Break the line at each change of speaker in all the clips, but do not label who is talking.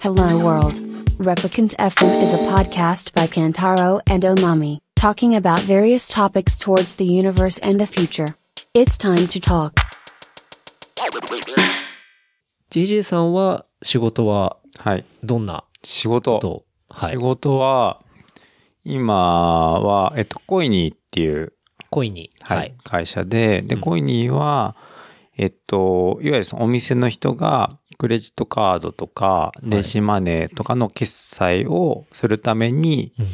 Hello World. Replicant FM is a podcast by Kantaro and Omami, talking about various topics towards the universe and the future. It's time to talk.
JJ さんは仕事は
はい。
どんな
仕
こ
事。
とはい
仕。事は、今は、えっと、コイニーっていう、
恋に。
はい
はい。
会社で、で、
うん
コイニーは、えっと、いわゆるそのお店の人が、クレジットカードとか、
い
電子マネーとかの決済をするために、
うん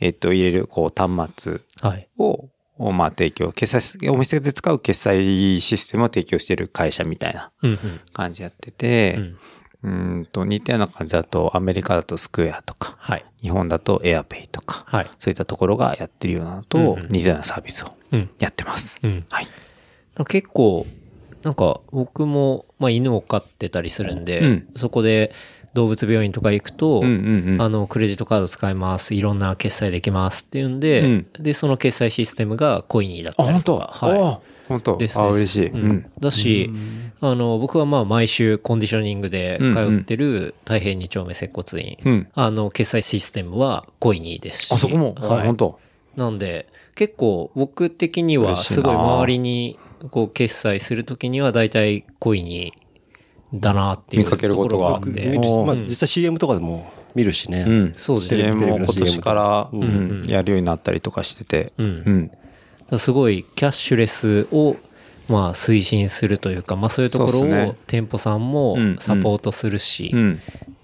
えっと、入れる、こう、端末
はい。
を、をまあ、提供、決済す、お店で使う決済システムを提供している会社みたいな
うんうん
感じやってて、
うん
うーんと、似たような感じだと、アメリカだとスクエアとか、
はい。
日本だとエアペイとか、
はい。
そういったところがやってるようなの
うん
と
うん、
似たようなサービスを
うん。
やってます。
うん。
はい。
なんか結構、なんか僕も、まあ犬を飼ってたりするんで、
うん
そこで動物病院とか行くと、
うんうんうん。
あの、クレジットカード使います。いろんな決済できますっていうんで、
うん
で、その決済システムがコイニーだっ
あ、
たり
本
と
当
か。はい。
あ本当
です
あ、
です
嬉しい。
う
うんん。
だし、あの、僕はまあ毎週コンディショニングで通ってる太平二丁目接骨院、
うん。
あの、決済システムはコイニーですし。
あそこも、あ
はい
本。当
なんで、結構僕的には
嬉しいな
すごい周りにこう決済するときには大体コイニーだなっていう
見かけることが
ろあるん
う
で
ん。おー
まあ、実際 CM とかでも見るしね。
うん。
そうですね
ゲームを今
テレビ
年
の
から、
うん
うんやるようになったりとかしてて、
うん
う。ん。
だからすごいキャッシュレスをまあ推進するというか、まあそういうところ
そうっす
を
ね
店舗さんも
うん
サポートするし、
う
っ
ん。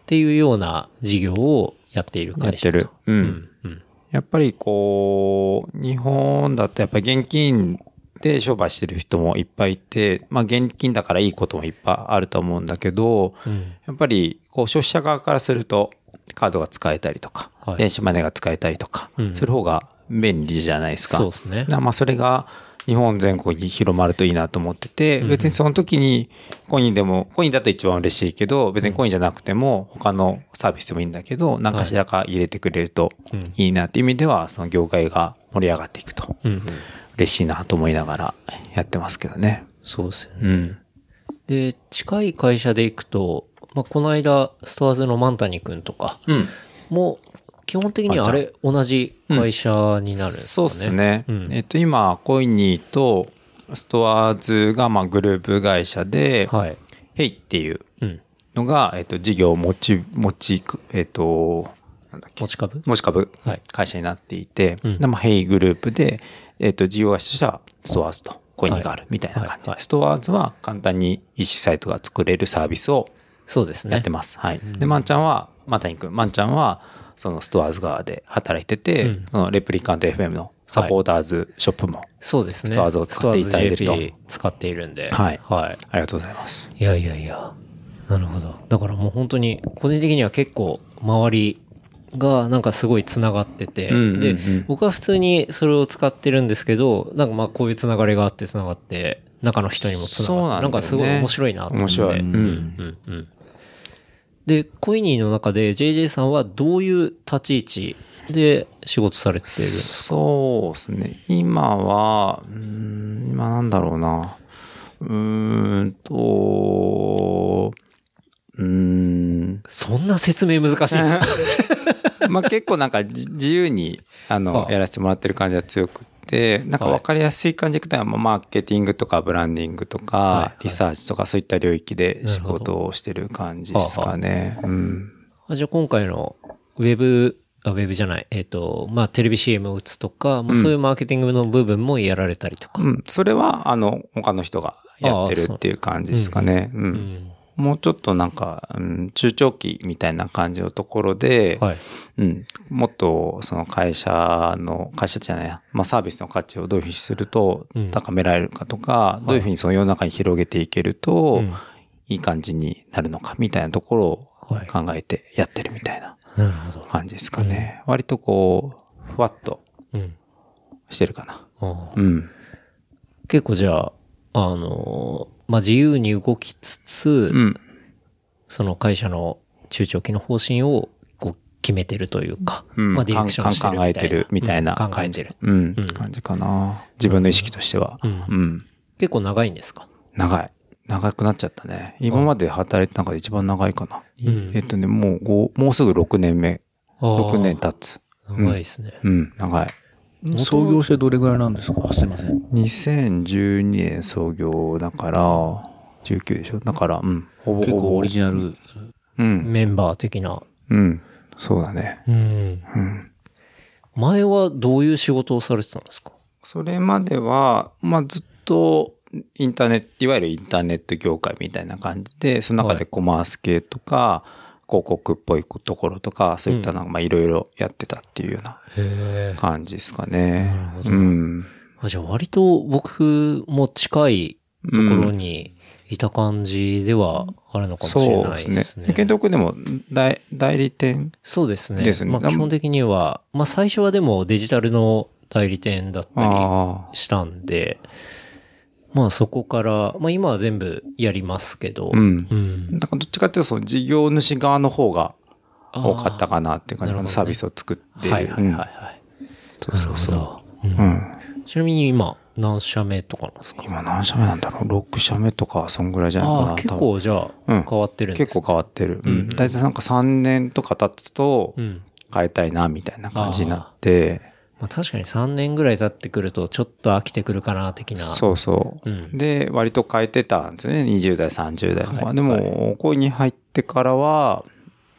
ていうような事業をやっている
やっ
会
て
社と。
る。う。
うんん。うん。
やっぱりこう、日本だとやっぱり現金で商売してる人もいっぱいいて、まあ現金だからいいこともいっぱいあると思うんだけど、
うん。
やっぱりこう消費者側からするとカードが使えたりとか、
はい
電子マネーが使えたりとか、
うん
する方が便利じゃないですか。
そうですね。
なまあそれが日本全国に広まるといいなと思ってて、
うん
別にその時にコインでも、コインだと一番嬉しいけど、別にコインじゃなくても他のサービスでもいいんだけど、何かしらか入れてくれると
うん
いいなっていう意味では、その業界が盛り上がっていくと
うんうん。
嬉しいなと思いながらやってますけどね。
そうですね。
うん。
で、近い会社で行くと、まあ、この間、ストアーズのマンタニ君とか
うん。
も、基本的にはあれ、同じ会社になるんですかね。
そうです。ね。
うん
えっと、今、コイニーとストアーズが、まあ、グループ会社で、
はい。
ヘイっていう
うん。
のが、えっと、事業持ち、持ち、えっと、なんだっけ、
持ち株
持ち株
はい
会社になっていて、
うん
でまあヘイグループで、えっと、事業会社としては、ストアーズとコイニーがあるみたいな
は
感
い
じ
はい
で、ストアーズは簡単に EC サイトが作れるサービスを
そうですね。
やってます。はい。で、まんちゃんは、またにくん、まんちゃんは、そのストアーズ側で働いてて、
うん
そのレプリカント FM のサポーターズショップも、
そうですね。
ストアーズを使っていただいてると
ストアーズ JP 使っているんで。
はい
はい。
ありがとうございます。
いやいやいや。なるほど。だからもう本当に、個人的には結構、周りがなんかすごい繋がってて、
うんうんうん
で、僕は普通にそれを使ってるんですけど、なんかまあこういう繋がりがあって繋がって、中の人にも繋がって、
そ
な
うなんだよね
んかすごい面白いなと思って。
面白い
うん
うん
うんうん。で、コイニーの中で JJ さんはどういう立ち位置で仕事されてるんです
そうですね。今は、うーん、今なんだろうな。うーんと、うーん。
そんな説明難しいんですか
まあ結構なんかじ自由に、あの
は、あ
やらせてもらってる感じが強くて、なんか分かりやすい感じで、まあマーケティングとかブランディングと
はいは
か
い、
リサーチとかそういった領域で仕
なるほ
事をしてる感じですかね。うん。
あじゃあ今回のウェブ、あウェブじゃない、えっ、と、まあテレビ CM を打つとか、まあ、そういうマーケティングの部分もやられたりとか。
うん。それは、あの、他の人がやってるっていう感じですかね。う。
うん
もうちょっとなんか、うん、中長期みたいな感じのところで、
はい。
うん、もっとその会社の、会社じゃないや、まあサービスの価値をどういうふうにすると
うん
高められるかとか、どういうふうにその世の中に広げていけると、
うん
いい感じになるのかみたいなところを
はい
考えてやってるみたいな
なるほど。
感じですかね。割とこう、ふわっと
うん。
してるかな。
ああ
うん。
結構じゃあ、あのーまあ自由に動きつつ、
うん。
その会社の中長期の方針をこう決めてるというか、
うん、
まあディレクションしてるみたいな。
考えてるみたいな
うん
感じ。
考えてる。
うん
うん
感じかな。自分の意識としては。
うん
うん、
結構長いんですか
長い。長くなっちゃったね。今まで働いた中で一番長いかな。
うん
えっとね、もう五もうすぐ6年目。
あー
6年経つ。
長いですね。
うん、長い。
創業してどれぐらいなんですかあすいません。
2012年創業だから、19でしょだから、うん。ほぼ
結
ほ
構
ぼ。
オリジナル。
うん。
メンバー的な。
うん。そうだね。
うん。前はどういう仕事をされてたんですか
それまでは、まあ、ずっと、インターネット、いわゆるインターネット業界みたいな感じで、その中
は
で
い
コマース系とか、広告っぽいところとか、そういったのが、まあ、いろいろやってたっていうような
へ
感じですかね。
なるほど
うん。
え。じゃあ割と僕も近いところにいた感じではあるのかもしれ
そう
な
で
いですす
ね。
ね。
池徳でも代代理店
そうですね。
ですね
まあ
だ
基本的には、まあ最初はでもデジタルの代理店だったり
ああ。
したんで、まあそこから、まあ今は全部やりますけど、
うん
う。ん。
だからどっちかっていうと、その事業主側の方が多かったかなっていう感じ
あーなるほど
の
ね
サービスを作って。
はいはいはい
うん
はい。なるほど。うん
うん。
ちなみに今、何社目とかなんですか
今何社目なんだろう ?6 社目とか、そんぐらいじゃないか
あ
な。
あ、結
多分
構じゃ
うん
あ、変わってるんです
結構変わってる。うん
うんうん
大体なんか3年とか経つと
う、ん。
変えたいな、みたいな感じになって。
まあ確かに3年ぐらい経ってくると、ちょっと飽きてくるかな、的な。
そうそう。
うん
で、割と変えてたんですよね。20代、30代とか。
はい
で
はい
も、こういうに入ってからは、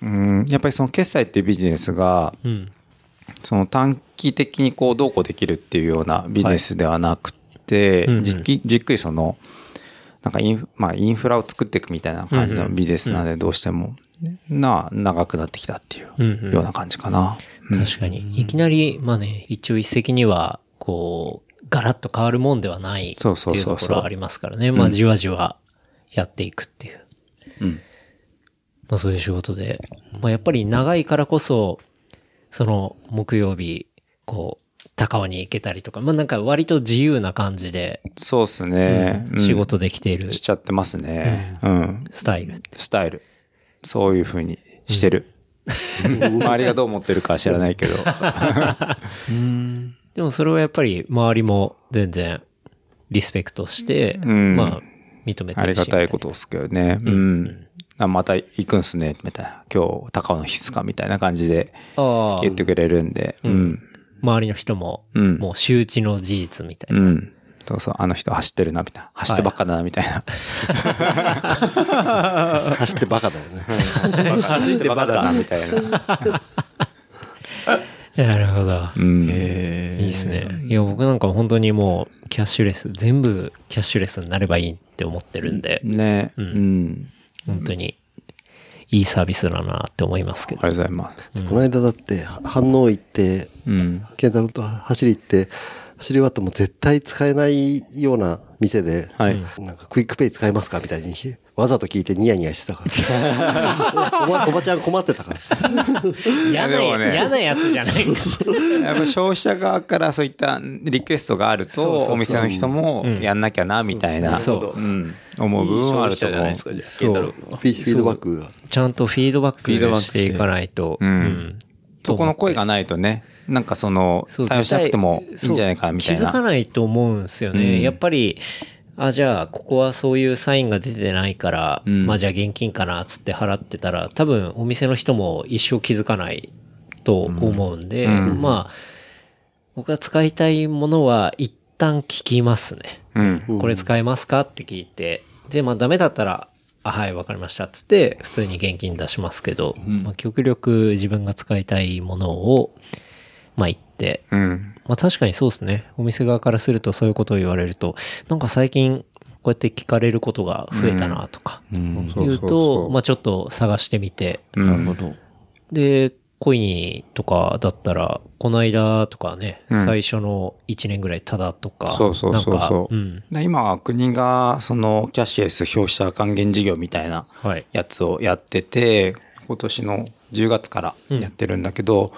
うん、やっぱりその決済ってビジネスが、
う。うん。
その短期的にこうどうこうできるっていうようなビジネスではなくて、
うんうん
じっきじっくりその、なんかインフ,、まあ、インフラを作っていくみたいな感じ
う
の
んうん
ビジネスなんでどうしても、な、長くなってきたってい
うん
う
うん
ような感じかな。うん
確かに。いきなり、まあね、一朝一夕には、こう、ガラッと変わるもんではないって
そ
いう
そう
う
そ
と
うそう
ころはありますからね。まあじわじわやっていくっていう。
うん
まあそういう仕事で。まあやっぱり長いからこそ、その木曜日、こう、高尾に行けたりとか、まあなんか割と自由な感じで、
そうですね、うん
仕事できている
しちゃってますね。うん。
スタイル。
スタイル。そういうふうにしてる。周りがどう思ってるかは知らないけ ど。
でもそれはやっぱり周りも全然リスペクトして、
ん
まあ認めてるし
ありがたいことですけどね。うん。あまた行くんすね、みたいな。今日、高尾の日っすか、みたいな感じで
ああ
言ってくれるんで。うん。
周りの人も、
うん
もう周知の事実みたいうな。
ん。そうそう、あの人走ってるな、みたいな。走ってばっかだな、みたいな。
走ってバカだよね。
走ってばっかだな、みたいな。
なるほど。
うん。
いいですね。いや、僕なんか本当にもう、キャッシュレス、全部キャッシュレスになればいいって思ってるんで、
ねうん。
本当に、いいサービスだなって思います けど。
ありがとうございます。
この間だって、反応行って、
うん。
健太郎と走り行って、走り終わっても絶対使えないような店で、
はい。
なんかクイックペイ使えますかみたいに、わざと聞いてニヤニヤしてたから。おばおばちゃん困ってたから。
嫌な、
でもね
嫌なやつじゃないです。
やっぱ消費者側からそういったリクエストがある
そうそうそ
と、
う
お店の人もやんなきゃな、みたいな。
そう
うん。思う部分はあると思う。
か、
そう
健太郎君
フィフィードバックが。
ちゃんとフィードバッ
フィードバッ
ク
ク
し
してて
いかないと。
ん
うん
そこの声がないとね、なんかその
そ、う
対応しなくてもい
絶
い
対
んじゃないかみたい
そう気づか
な。
ないと思うんですよね。
うん
やっぱり、あ、じゃあ、ここはそういうサインが出てないから、
うん
まあじゃあ現金かな、つって払ってたら、多分お店の人も一生気づかないと思うんで、
うんうん
まあ、僕が使いたいものは一旦聞きますね。
うん。
これ使えますかって聞いて、で、まあダメだったら、あ、はい、わかりました。つって、普通に現金出しますけど、まあ極力自分が使いたいものを、まあ言って、
うん。
まあ確かにそうですね。お店側からするとそういうことを言われると、なんか最近こうやって聞かれることが増えたなとか、言うと、まあちょっと探してみて、
なるほど。
で、コイニーとかだったら、この間とかね、
ん
最初の1年ぐらいただとか、
そうそうそう
なんか
そう。
ん。
で今は国が、その、キャッシュレス消費者還元事業みたいな
はい。
やつをやってて、今年の10月からやってるんだけど、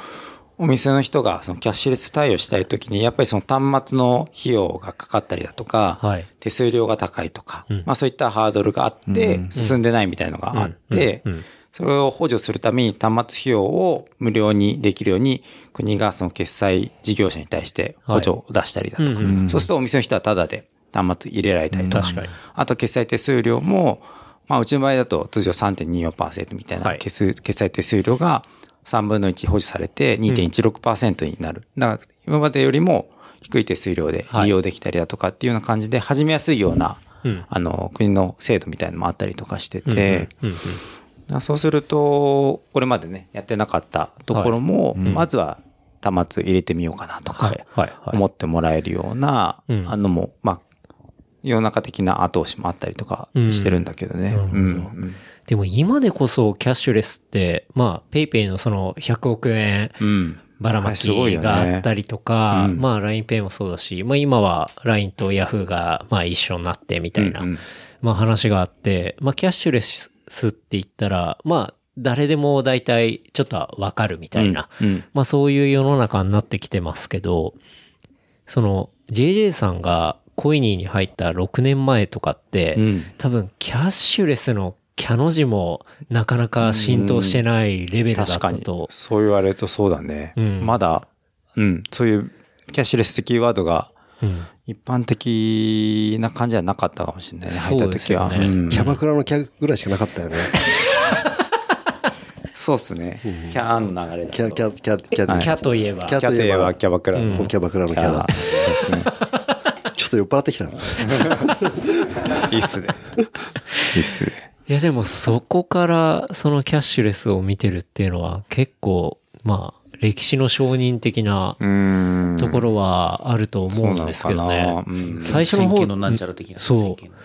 お店の人がそのキャッシュレス対応したいときに、やっぱりその端末の費用がかかったりだとか、
はい。
手数料が高いとか、
うん
まあそういったハードルがあって、進んでないみたいのがあって
うんうんうん、
それを補助するために端末費用を無料にできるように、国がその決済事業者に対して補助を出したりだとか、
はいうん
そうするとお店の人はタダで端末入れられたりとか、
確かに
あと決済手数料も、まあ、うちの場合だと通常3.24%みたい
は
ない決数、決済手数料が3分の1保持されて2.16%になる。だから今までよりも低い手数料で
はい
利用できたりだとかっていうような感じで始めやすいような、
うん
あの、国の制度みたいなのもあったりとかしてて、
うんうん
あそうすると、これまでね、やってなかったところも、まずは端末入れてみようかなとか、
はいはいはい
思ってもらえるような、
うん
あのも、まあ、世の中的な後押しもあったりとかしてるんだけどね。
うん
うん
なるほでも今でこそキャッシュレスって、まあ、ペイペイのその100億円
うんうん
ばらま
すごい
き
よね
があったりとか、
うん
まあ LINEPay もそうだし、まあ今は LINE と Yahoo がまあ一緒になってみたいな、
うんうん
まあ話があって、まあキャッシュレスって言ったら、まあ誰でも大体ちょっとはわかるみたいな、
うんうん
まあそういう世の中になってきてますけど、その JJ さんがコイニーに入った6年前とかって、
うん
多分キャッシュレスのキャの字もなかなか浸透してないレベルだっ
確
た
かに
と。。
そう言われるとそうだね。
うん
まだ、うん、そういうキャッシュレスってキーワードが
うん
一般的な感じはなかったかもしれないね。
そうですよね
入った時はうん
キャバクラのキャぐらいしかなかったよね。
そうっすね。キャーの流れだと。
キャ、キャ、キャ、キ
は
ャ、
い
キャといえば。
キャ
キャといえばキャバクラ。
うん
キャバクラのキャラ。
そうで
ちょっと酔っ払ってきたな。
すね。いい っすね。いいっすね。
いやでもそこからそのキャッシュレスを見てるっていうのは結構まあ歴史の承認的な
うーん。
ところはあると思うんですけどね。
そうなのかなうん
最初の
先
方
見のなんちゃら的な。
そう
先見の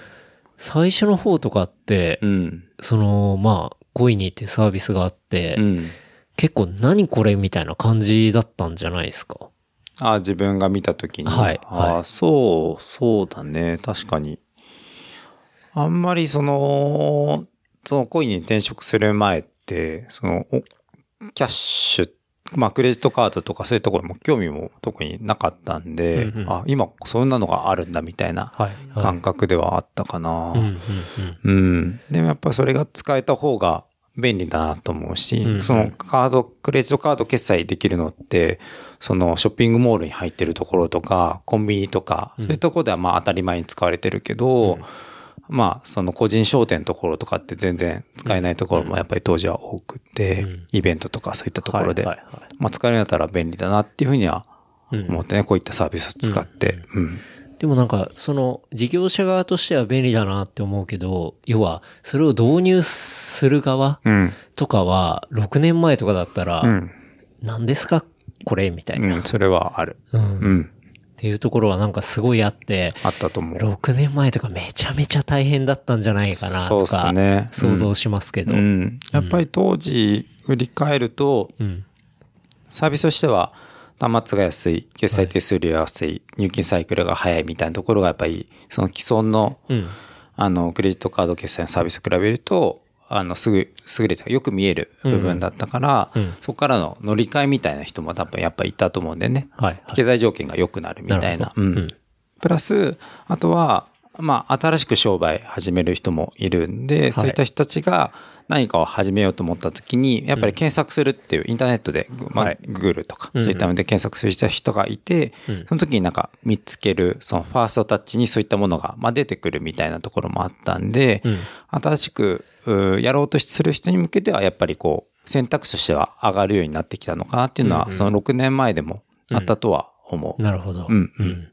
最初の方とかって、
うん。
そのまあコイニーっていうサービスがあって、
うん。
結構何これみたいな感じだったんじゃないですか。
あ自分が見たときに。
はい
あ
は
そう、そうだね。確かに。あんまりその、その恋に転職する前って、その、おキャッシュ、まあクレジットカードとかそういうところも興味も特になかったんで、
うんうん
あ、今そんなのがあるんだみたいな
はい。
感覚ではあったかな。
うんうんうん。
うん。でもやっぱりそれが使えた方が便利だなと思うし、
うん
そのカード、クレジットカード決済できるのって、そのショッピングモールに入ってるところとか、コンビニとか、そういうところではまあ当たり前に使われてるけど、まあ、その個人商店のところとかって全然使えないところもやっぱり当時は多くて、
うん
イベントとかそういったところで、
はいはいはい
まあ使えるんだったら便利だなっていうふうには
うん
思ってね、こういったサービスを使って。うん
でもなんか、その、事業者側としては便利だなって思うけど、要は、それを導入する側
うん。
とかは、6年前とかだった
う
ら、
ん。
何ですかこれみたいな。
うん。それはある。
うん。
う
っ
ん。
ていうところはなんかすごいあって、
あったと思う。
6年前とかめちゃめちゃ大変だったんじゃないかなと
そうっす
か
ね、
想像しますけど。
う
うん。
ん、やっぱり当時振り返ると、サービスとしては端末が安い決済手数料が安い入金サイクルが早いみたいなところがやっぱりその既存の
うん。
あのクレジットカード決済のサービスと比べるとあのすぐ優れてよく見える部分だったから、
うんうん
そこからの乗り換えみたいな人も多分やっぱりいたと思うんでね、
はいはい
経済条件が良くなるみたいな
なるほど
うん
うん
プラスあとはまあ新しく商売始める人もいるんで、そういった人たちが何かを始めようと思った時にやっぱり検索するっていう、インターネットで、まあ
はい
Google とか、
うんうん
そういったので検索した人がいて、
うん
その時になんか見つけるそのファーストタッチにそういったものが、まあ、出てくるみたいなところもあったんで、
うん
新しくうやろうとする人に向けてはやっぱりこう選択肢としては上がるようになってきたのかなっていうのは、
うんうん
その6年前でもあったとは思う。
なるほど。
うん
うん。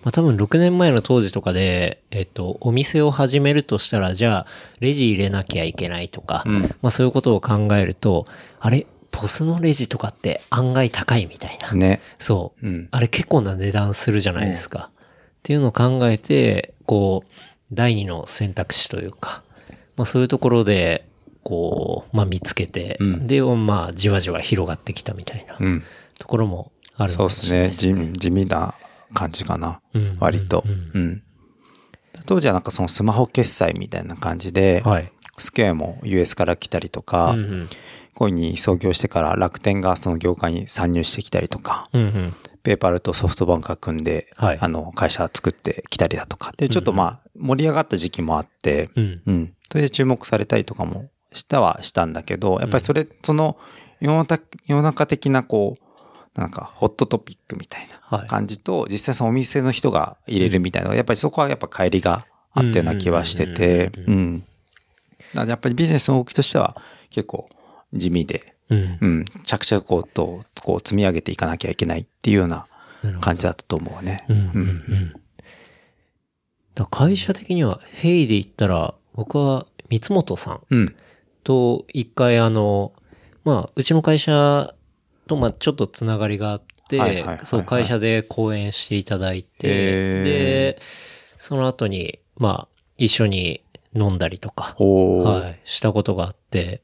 まあ多分6年前の当時とかで、えっと、お店を始めるとしたら、じゃあ、レジ入れなきゃいけないとか、
うん
まあそういうことを考えると、あれ、ポスのレジとかって案外高いみたいな。
ね。
そう。
うん
あれ結構な値段するじゃないですか。っていうのを考えて、こう、第二の選択肢というか、まあそういうところで、こう、まあ見つけて、
うん
で、まあじわじわ広がってきたみたいな
うん。
ところもあるのか
そう
も
で
し
す
れない
ね
ですね
地味。地味な感じかな。
うん
割と、
う
うんん当時はなんかそのスマホ決済みたいな感じで、
はい。
スケアも US から来たりとか、
うんうん
コインに創業してから楽天がその業界に参入してきたりとか、
うんうん。
ペーパルとソフトバンクが組んで、
はい
あの、会社作ってきたりだとかで、ちょっとまあ、盛り上がった時期もあって、
うん。
うん。それで注目されたりとかもしたはしたんだけど、やっぱりそれ、その世の中、世の中的なこう、なんか、ホットトピックみたい
は
ない感じと、実際そのお店の人が入れるみたいな、やっぱりそこはやっぱ乖離があったような気はしてて、
うんう
うんん。だからやっぱりビジネスの動きとしては結構地味で、
うん
う。ん、着々こうと、こう積み上げていかなきゃいけないっていうような
なるほど
感じだったと思うわね。
うんうんうん。だから会社的には、ヘイで言ったら、僕は三本さん
うん。
と一回あの、まあ、うちの会社とまあちょっとつながりがあって、
はいはいはいはい
そう、会社で講演していただいて、
へー
で、その後に、まあ、一緒に飲んだりとか、
おー
はい、したことがあって、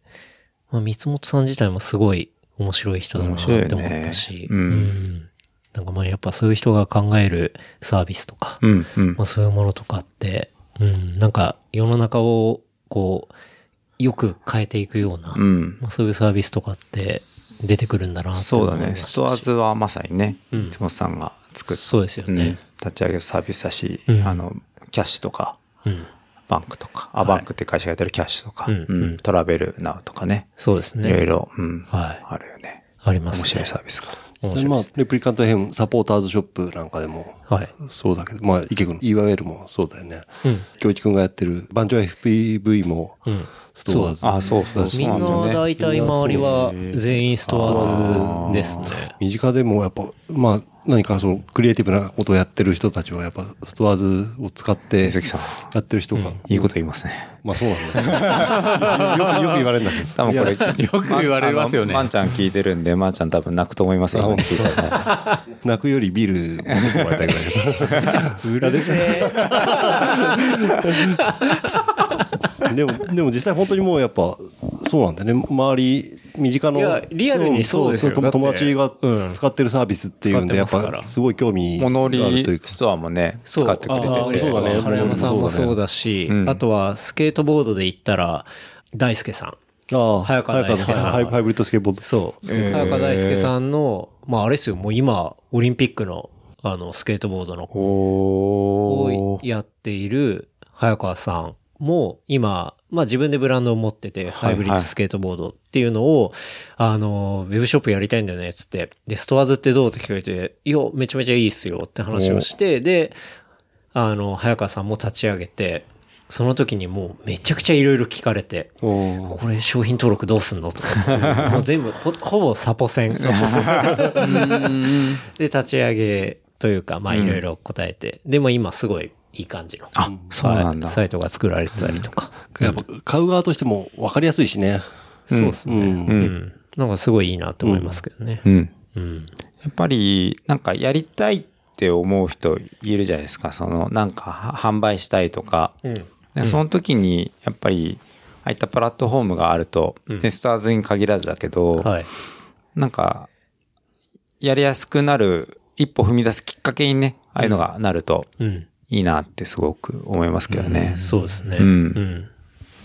まあ、三本さん自体もすごい面白い人だなって思った
面白い
し
よ、ねうん
んなんかまあやっぱそういう人が考えるサービスとか、
うん、うん
まあ、。そういうものとかって、うん、なんか世の中をこう、よく変えていくような、
うん。
まあ、そういうサービスとかって出てくるんだなって
そ
思
う
い
だね。
ま
ストア
したし
ズはまさにね、
うん
いつもさんが作っ
そうですよ
うん
ね。
立ち上げるサービスだし、
うん
あの、キャッシュとか、
うん。
バンクとか、あ、バンクって会社がやってるキャッシュとか、
うん
うんトラベルナウとかね、
そうです
いろい
ね。
ろ、うん、
はい
あるよね。
ありま
面
すね。
白いサービスが。
実際まあ、レプリカントヘム、サポーターズショップなんかでも、
はい。
そうだけど、まあ、池君、いわゆるもそうだよね。
うん
京一君がやってる、バンジョー FPV も、
うん。
ストアーズ。
あ、そうそうそう
みん
な
なん
ですよね。
大体周りは全員ストアーズですね。
身近でもやっぱ、まあ、何かそのクリエイティブなことをやってる人たちはやっぱストアーズを使って
水木さん
やってる人が、
いいこと言いますね。
まあそうなんだ、よくよく言われるんだけど
多分これ、よ
く言われますよね
まんちゃん聞いてるんで、まんちゃん多分泣くと思いますよ。
あ
今聞いたら
泣くよりビール飲んでもらいたいぐらい裏で でもでも実際本当にもうやっぱそうなんだよね周り身近の
いやリアルにそうですよ
ん
だって
友達が
うん
使ってるサービスっていうんでやっ
使ってますから
ぱすごい興味があ
物
る
売
と
り
いうか
ストアもね、使
そう
ってくれて
あー
て。
そうだね。原山さんもそうだし、
うん
あとはスケートボードで言ったら、大輔さん。
ああ
早川大輔さん
早川ハイブリッドスケボード
そう。
えー
早川大輔さんの、まああれですよ、もう今、オリンピックの、あの、スケートボードの
お
を
ー。
やっている早川さんも今、まあ自分でブランドを持ってて、ハイブリッドスケートボードっていうのを、あの、ウェブショップやりたいんだよね、つって。で、ストアズってどうって聞かれて、いや、めちゃめちゃいいっすよって話をして、で、あの、早川さんも立ち上げて、その時にもうめちゃくちゃいろいろ聞かれて、これ商品登録どうすんのと か、もう全部ほ、ほぼサポセン。で、立ち上げというか、まあいろいろ答えて、でも今すごいいい感じの。
あ、そうなんだ
はい。サイトが作られてたりとか。
やっぱ買う側としても分かりやすいしね
そうですね、
うん
うんなんかすごいいいなと思いますけどね。
うん。
うん。
やっぱり、なんかやりたいって思う人いるじゃないですか。その、なんかは販売したいとか。
うん。
でその時に、やっぱり、ああいったプラットフォームがあると、テスターズに限らずだけど、
はい。
なんか、やりやすくなる、一歩踏み出すきっかけにね、ああいうのがなると
うん。
いいなってすごく思いますけどね。
そうですね、
うん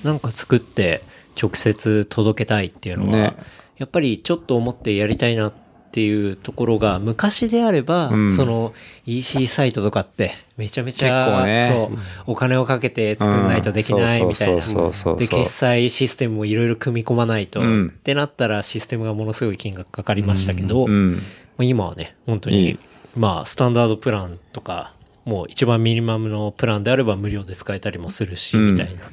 なんか作って直接届けたいっていうのは、
ね
やっぱりちょっと思ってやりたいなっていうところが昔であれば、
うん
その EC サイトとかってめちゃめちゃ
結構ね
そうお金をかけて作んないとできない
うん
みたいな
そうそうそうそうそう
で決済システムもいろいろ組み込まないと、
うん
ってなったらシステムがものすごい金額かかりましたけど、
うん。
まあ今はね、本当に、
いい
まあ、スタンダードプランとか、もう一番ミニマムのプランであれば無料で使えたりもするし、
うん
みたいな。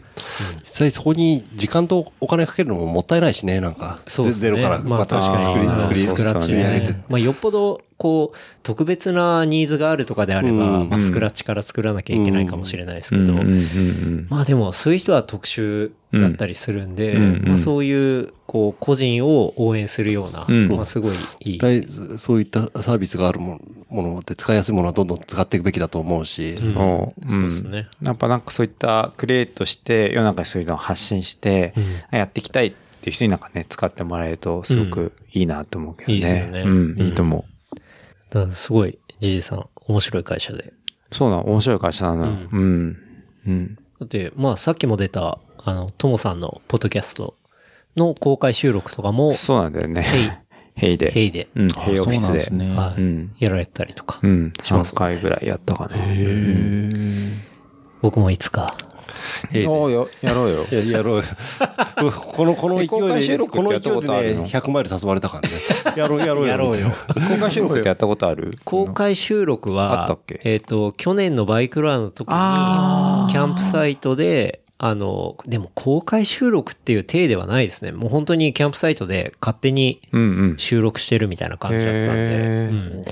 実際そこに時間とお金かけるのももったいないしねなんか
そうですね。
ゼロからまた作り
まあ
作り
スクラッチ
作り上げ
ね
て
まあ、よっぽど、こう、特別なニーズがあるとかであれば、
うん
まあ、スクラッチから作らなきゃいけないかもしれないですけど、
うんうんうんうん
まあでも、そういう人は特殊だったりするんで、
うんうんうん
まあ、そういう、こう、個人を応援するような、
うん
まあ、すごいいい。
絶対そういったサービスがあるものものって使いやすいものはどんどん使っていくべきだと思うし、
うん
お
そうですね。
やっぱなんかそういったクリエイトして世の中にそういうのを発信してやっていきたいっていう人になんかね使ってもらえるとすごくいいなと思うけど
うん
ね。
いいですよね
うん、いいと思う。
だからすごい、ジジイさん、面白い会社で。
そうなの、面白い会社なの。うん。うん。
だって、まあ、さっきも出た、あの、ともさんのポッドキャストの公開収録とかも、
そうなんだよね。 ヘイ。で。
ヘイで、
うん、ヘイオフィスで。
あそうなんですね
はい
うん
やられたりとか、
うん、
しま
3
す
回ぐらいやったかな。
僕もいつか、
ええ
おうよ、や ろうよ。
いや、やろうよ。この、この
え公開
勢い
収
で、
録
こ
っ
の
てやっ
勢い
たことある
で
の
ね、100マイル誘われたからね。やろう、やろうよ。
やろ うよ。
公開収録ってやったことある
公開収録は、
あったっけ
えっ、と、去年のバイクランの時に、キ
あー
ャンプサイトで、あの、でも公開収録っていう体ではないですね。もう本当にキャンプサイトで勝手に
うんうん。
収録してるみたいな感じだったんで、
へー
うん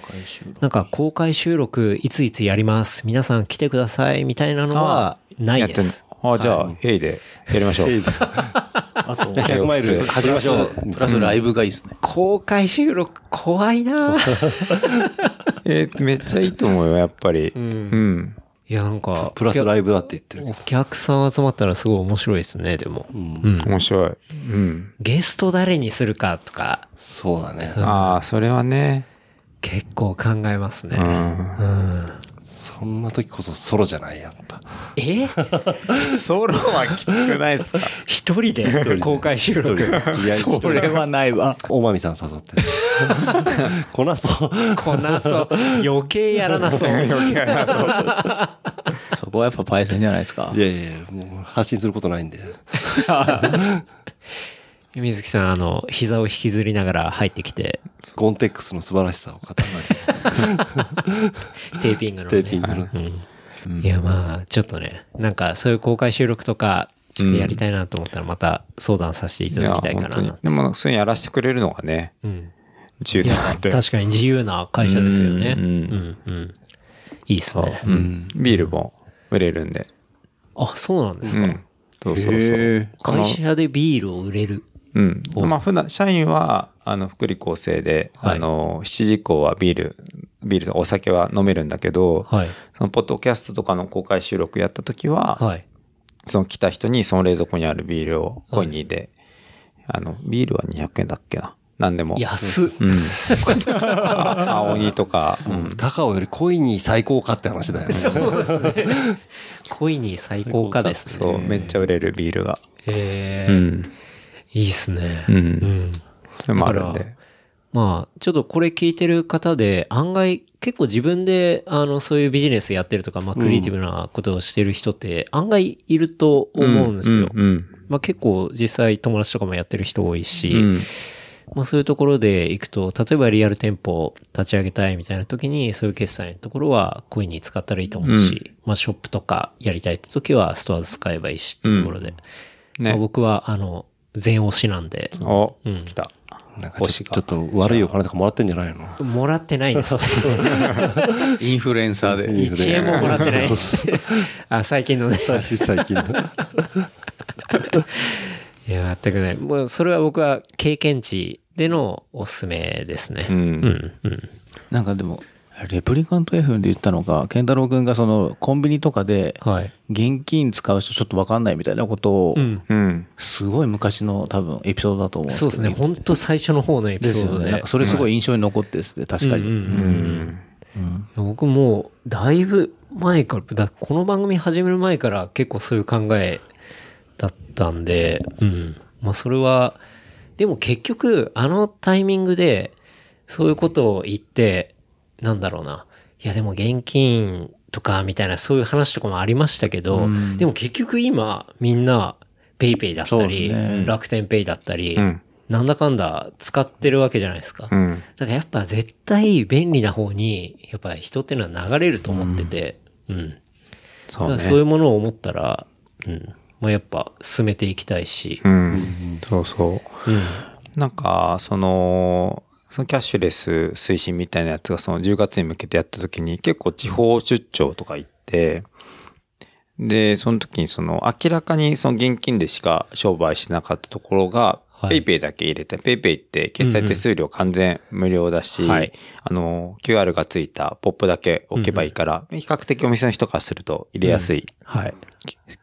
なんか公開収録いついつやります。皆さん来てくださいみたいなのはないで
や
す。
ってんのあ、じゃあ、ヘイでやりましょう。
あと、
100マイル走りましょう。
プラスライブがいいですね。
公開収録怖いな
えーめっちゃいいと思うよ、やっぱり。うん。
いや、なんか、
プラスライブだって言ってる。
お客さん集まったらすごい面白いですね、でも。うん
面白い。うん。
ゲスト誰にするかとか、
そうだね。
ああ、それはね。
結構考えます
う
ね。
ん。
うん、
そんな時こそソロじゃない、やっぱ。
え
ソロはきつくないですか
一人で公開収録
いや、
それはないわ。
おまみさん誘って。 こなそう。
こなそう。余計やらな そう。
そこはやっぱパイセンじゃないですか
い。やいやいや、もう発信することないんで。
水木さん、あの、膝を引きずりながら入ってきて、
コンテックスの素晴らしさを語られ
テーピングの
て、テ
ね。
ーピングの。
うんいや、まあ、ちょっとね、なんかそういう公開収録とか、ちょっとやりたいなと思ったら、また相談させてい
い
ただ
や、
きたい
本
か
当に
な。。
でも、そういうのやらせてくれるのがね、
うん。
自由
いや
だなっ、て。
確かに自由な会社ですよね。う
うんん、
うん。いいっすね。
うん。ビールも売れるんで。
あ、そうなんですか。
うん。そうそうそう。
え。
この
会社でビールを売れる。
うん。まあ、普段、社員は、あの、福利厚生で、
はい
あの、7時以降はビール、ビールとお酒は飲めるんだけど、
はい。
その、ポッドキャストとかの公開収録やった時は、
はい。
その来た人にその冷蔵庫にあるビールをコインに入れ、あの、ビールは200円だっけな。何でも。
安っ。
うん。青鬼とか、うん。
高尾より恋に最高かって話だよね。
そうですね。恋に最高かですね。
そう、めっちゃ売れるビールが。
へえ、
うん。
いいっすね。
う。
うんん
それもあるん
だか
で。
まあ、ちょっとこれ聞いてる方で、案外、結構自分で、あの、そういうビジネスやってるとか、まあ、クリエイティブなことをしてる人って、案外いると思うんですよ。
うんうん。
まあ、結構、実際友達とかもやってる人多いし、
うん
まあ、そういうところで行くと、例えばリアル店舗を立ち上げたいみたいな時に、そういう決済のところは、コインに使ったらいいと思うし、まあ、ショップとかやりたいって時は、ストアーズ使えばいいしってところで、まあ、
ね。
僕は、あの、全推しなんで、
お、
うん
来た。
なんかちょ
星が
ちょっと悪いお金とかもらってんじゃないの
もらってないです。
インフルエンサーで。
1円ももらってない
そ
で
うそ
す。 あ、最近のね。
最近最 近の。
いや、全くない。もう、それは僕は経験値でのおすすめですね。
うん
うん、うん。
なんかでも、レプリカント F で言ったのが、健太郎くんがそのコンビニとかで、
はい。
現金使う人ちょっとわかんないみたいなことを
う、ん。
うん。
すごい昔の多分エピソードだと思うんです
そう
けど。
ですね。ほんと最初の方のエピ
です
ソー
よ
ド
ね。
で。
なんかそれすごい印象に残ってですね、確かに。
うんうん
う
うん
ん。
うん
僕もう、だいぶ前から、だこの番組始める前から結構そういう考えだったんで、うん。まあそれは、でも結局、あのタイミングで、そういうことを言って、なんだろうな。いやでも現金とかみたいなそういう話とかもありましたけど、
うん
でも結局今、みんな、ペイペイだったり、
そうですね
楽天ペイだったり、
うん
なんだかんだ使ってるわけじゃないですか。
うん。
だからやっぱ絶対便利な方に、やっぱ人っていうのは流れると思ってて、うん。だ
そ
か
う
らそうい
ね。
うものを思ったら、うん。まあやっぱ進めていきたいし
う、ん。そうそう。
うん。
なんか、その、そのキャッシュレス推進みたいなやつがその10月に向けてやった時に結構地方出張とか行って、で、その時にその明らかにその現金でしか商売してなかったところ
は
が、
い
ペイペイだけ入れて、ペイペイって決済手数料完全無料だし、
はい
あの、QR がついたポップだけ置けばいいから、比較的お店の人からすると入れやすい、
はい。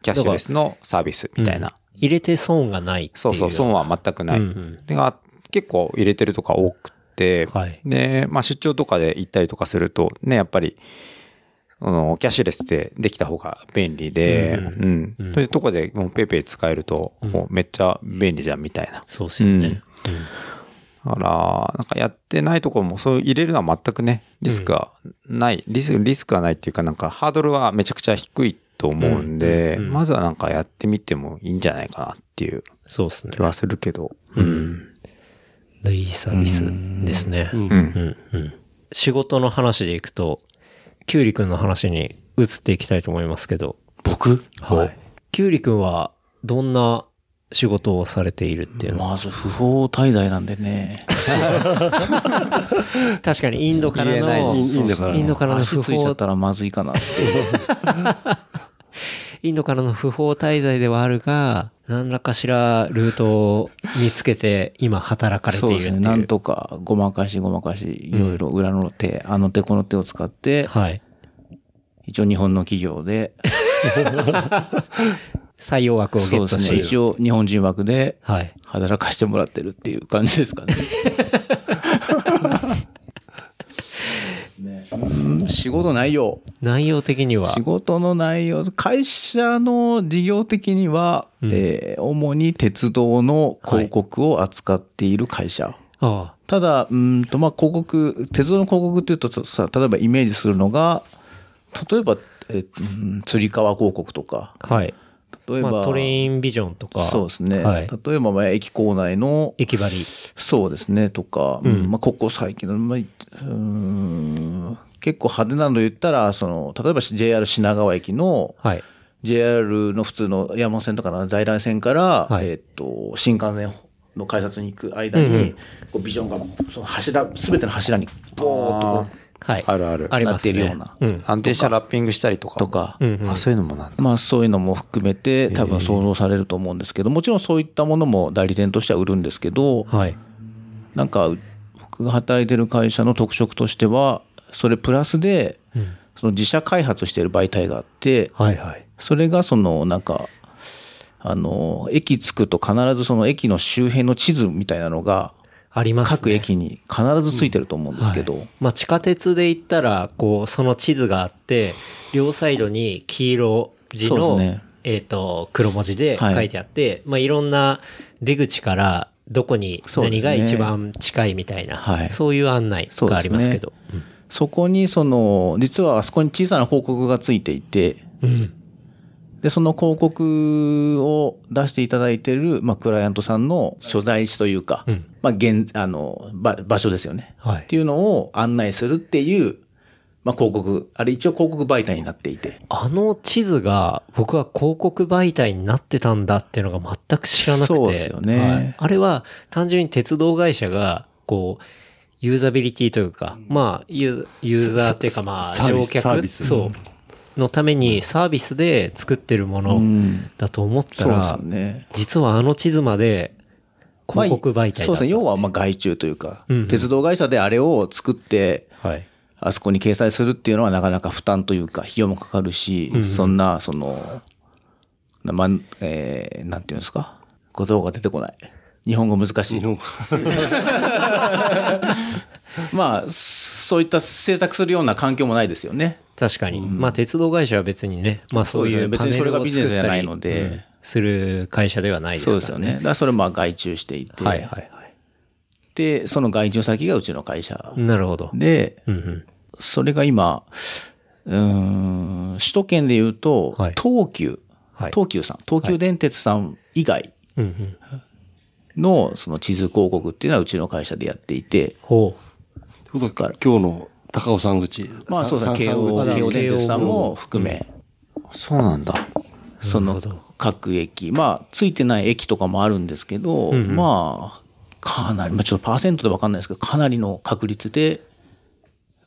キャッシュレスのサービスみたいな。
入れて損がないっていう。
そうそう、損は全くない。
うんうん
でが結構入れてるとか多くて、
はい
で、まあ出張とかで行ったりとかすると、ね、やっぱり、あの、キャッシュレスでできた方が便利で、
うん
うん。
うん
そういうとこで、もうペイペイ使えると、もうめっちゃ便利じゃんみたいな。
そうですよね。
だから、なんかやってないところも、そう入れるのは全くね、リスクはない、リスク、リスクはないっていうか、なんかハードルはめちゃくちゃ低いと思うんで、
うんうんうん
まずはなんかやってみてもいいんじゃないかなっていう
そうですね
気。はするけど。
うんでいいサービスですね。うん
うん。
うんうん仕事の話でいくと、キュウリくんの話に移っていきたいと思いますけど。
僕
はい。キュウリくんはどんな仕事をされているっていうのは、
まず不法滞在なんでね。
確かにインドから
言えない
の、
インインドからの
インドからの
足
不
ついちゃ
法
ったらまずいかなって。
インドからの不法滞在ではあるが、何らかしらルートを見つけて、今働かれてい
そう
るっ
で
てい
す
う。
ね。なんとかごまかしごまかし、いろいろ裏の手、あの手この手を使って、
はい。
一応日本の企業で、
採用枠をゲ
そう
ッ
で
ト
す
し。
ね。一応日本人枠で
はい。
働かしてもらってるっていう感じで すかね。うん仕事内容。
内容的には
仕、事の内容、会社の事業的には、えー主に鉄道の広告を扱っている会社。
あ
ただ、うーんと、まあ、広告、鉄道の広告っていうととさ、例えばイメージするのが、例えば、えーうん、つり革広告とか、
あ、はい。
例えば、
まあ、トレインビジョンとか、
そうですね。
はい。
例えば、まあ、駅構内の、
駅張り。
そうですね、とか、
うん
うんまあ、ここ最近の、まあ、いうーん、結構派手なの言ったら、その、例えば JR 品川駅の、
はい。
JR の普通の山手線とかの在来線から、
はい
えーっと、新幹線の改札に行く間に、
うんうん
こうビジョンが、その柱、すべての柱に、ボーっとこう、
はい。
あるある。
ありますね。
なってるような
うん。
安定したラッピングしたりとか。
とか、
うんうん
あ、そういうのもなんだ。
まあそういうのも含めて多分想像されると思うんですけど、もちろんそういったものも代理店としては売るんですけど、
はい。
なんか僕が働いてる会社の特色としては、それプラスで、
うん
その自社開発している媒体があって、
はいはい。
それがそのなんか、あの、駅着くと必ずその駅の周辺の地図みたいなのが、
あります、ね。
各駅に必ずついてると思うんですけど、
はいまあ、地下鉄で行ったら、こう、その地図があって、両サイドに黄色字
そ
の、
うですね
えっ、と、黒文字で
はい
書いてあって、い、まあ、いろんな出口から、どこに
そうで
何
す
が一
ね
番近いみたいな、そう,、
はい
いう案内がありますけど。
そこにその、実はあそこに小さな広告がついていて、
うんうん。
で、その広告を出していただいてる、まあ、クライアントさんの所在地というか、
うん
まあ、現、あの、ば場所ですよね。
は
っ
い
て。いうのを案内するっていう、まあ、広告。あれ一応広告媒体になっていて。
あの地図が僕は広告媒体になってたんだっていうのが全く知らなくて。
そうですよね
はいあれは単純に鉄道会社が、こう、ユーザビリティというか、まあ、ユーユーザーっていうかま
サ
あ、
サービ
乗
ス
客
サービス
そう。のためにサービスで作ってるも
う
の
ん。
だと思った
そうです
ら、
よね。
実はあの地図まで広告媒体だった。
そうですね。要は、まあ、外注というか、
うんうん
鉄道会社であれを作って、
はい。
あそこに掲載するっていうのはなかなか負担というか、費用もかかるし、そんな、その、なまん、えー、なんていうんですか言葉が出てこない。日本語難しい。
日本語
まあ、そそういった制作するような環境もないですよね。
確かに。まあ、鉄道会社は別にね、まあそういう
そうですね別にそれがビジネスじゃないので
パネルを作ったりうんする会社ではないです
そ
から
うですよね。だからそれもまあ外注していて、
はいはいはい。
で、その外注先がうちの会社
なるほど。
で、
うんうん。
それが今、うーん、首都圏で言うと、
はい
東急、
はい。
東急さん、東急電鉄さん以外
うんうん。
のその地図広告っていうのはうちの会社でやっていて、
ほ
今日の高尾山口。
まあそうですね、
さ
京
ん
王、
山口
京王電鉄さんも含め、
そうなんだ。
その各駅、まあ、ついてない駅とかもあるんですけど、まあ、かなり、まあ、ちょっとパーセントでわかんないですけど、かなりの確率で、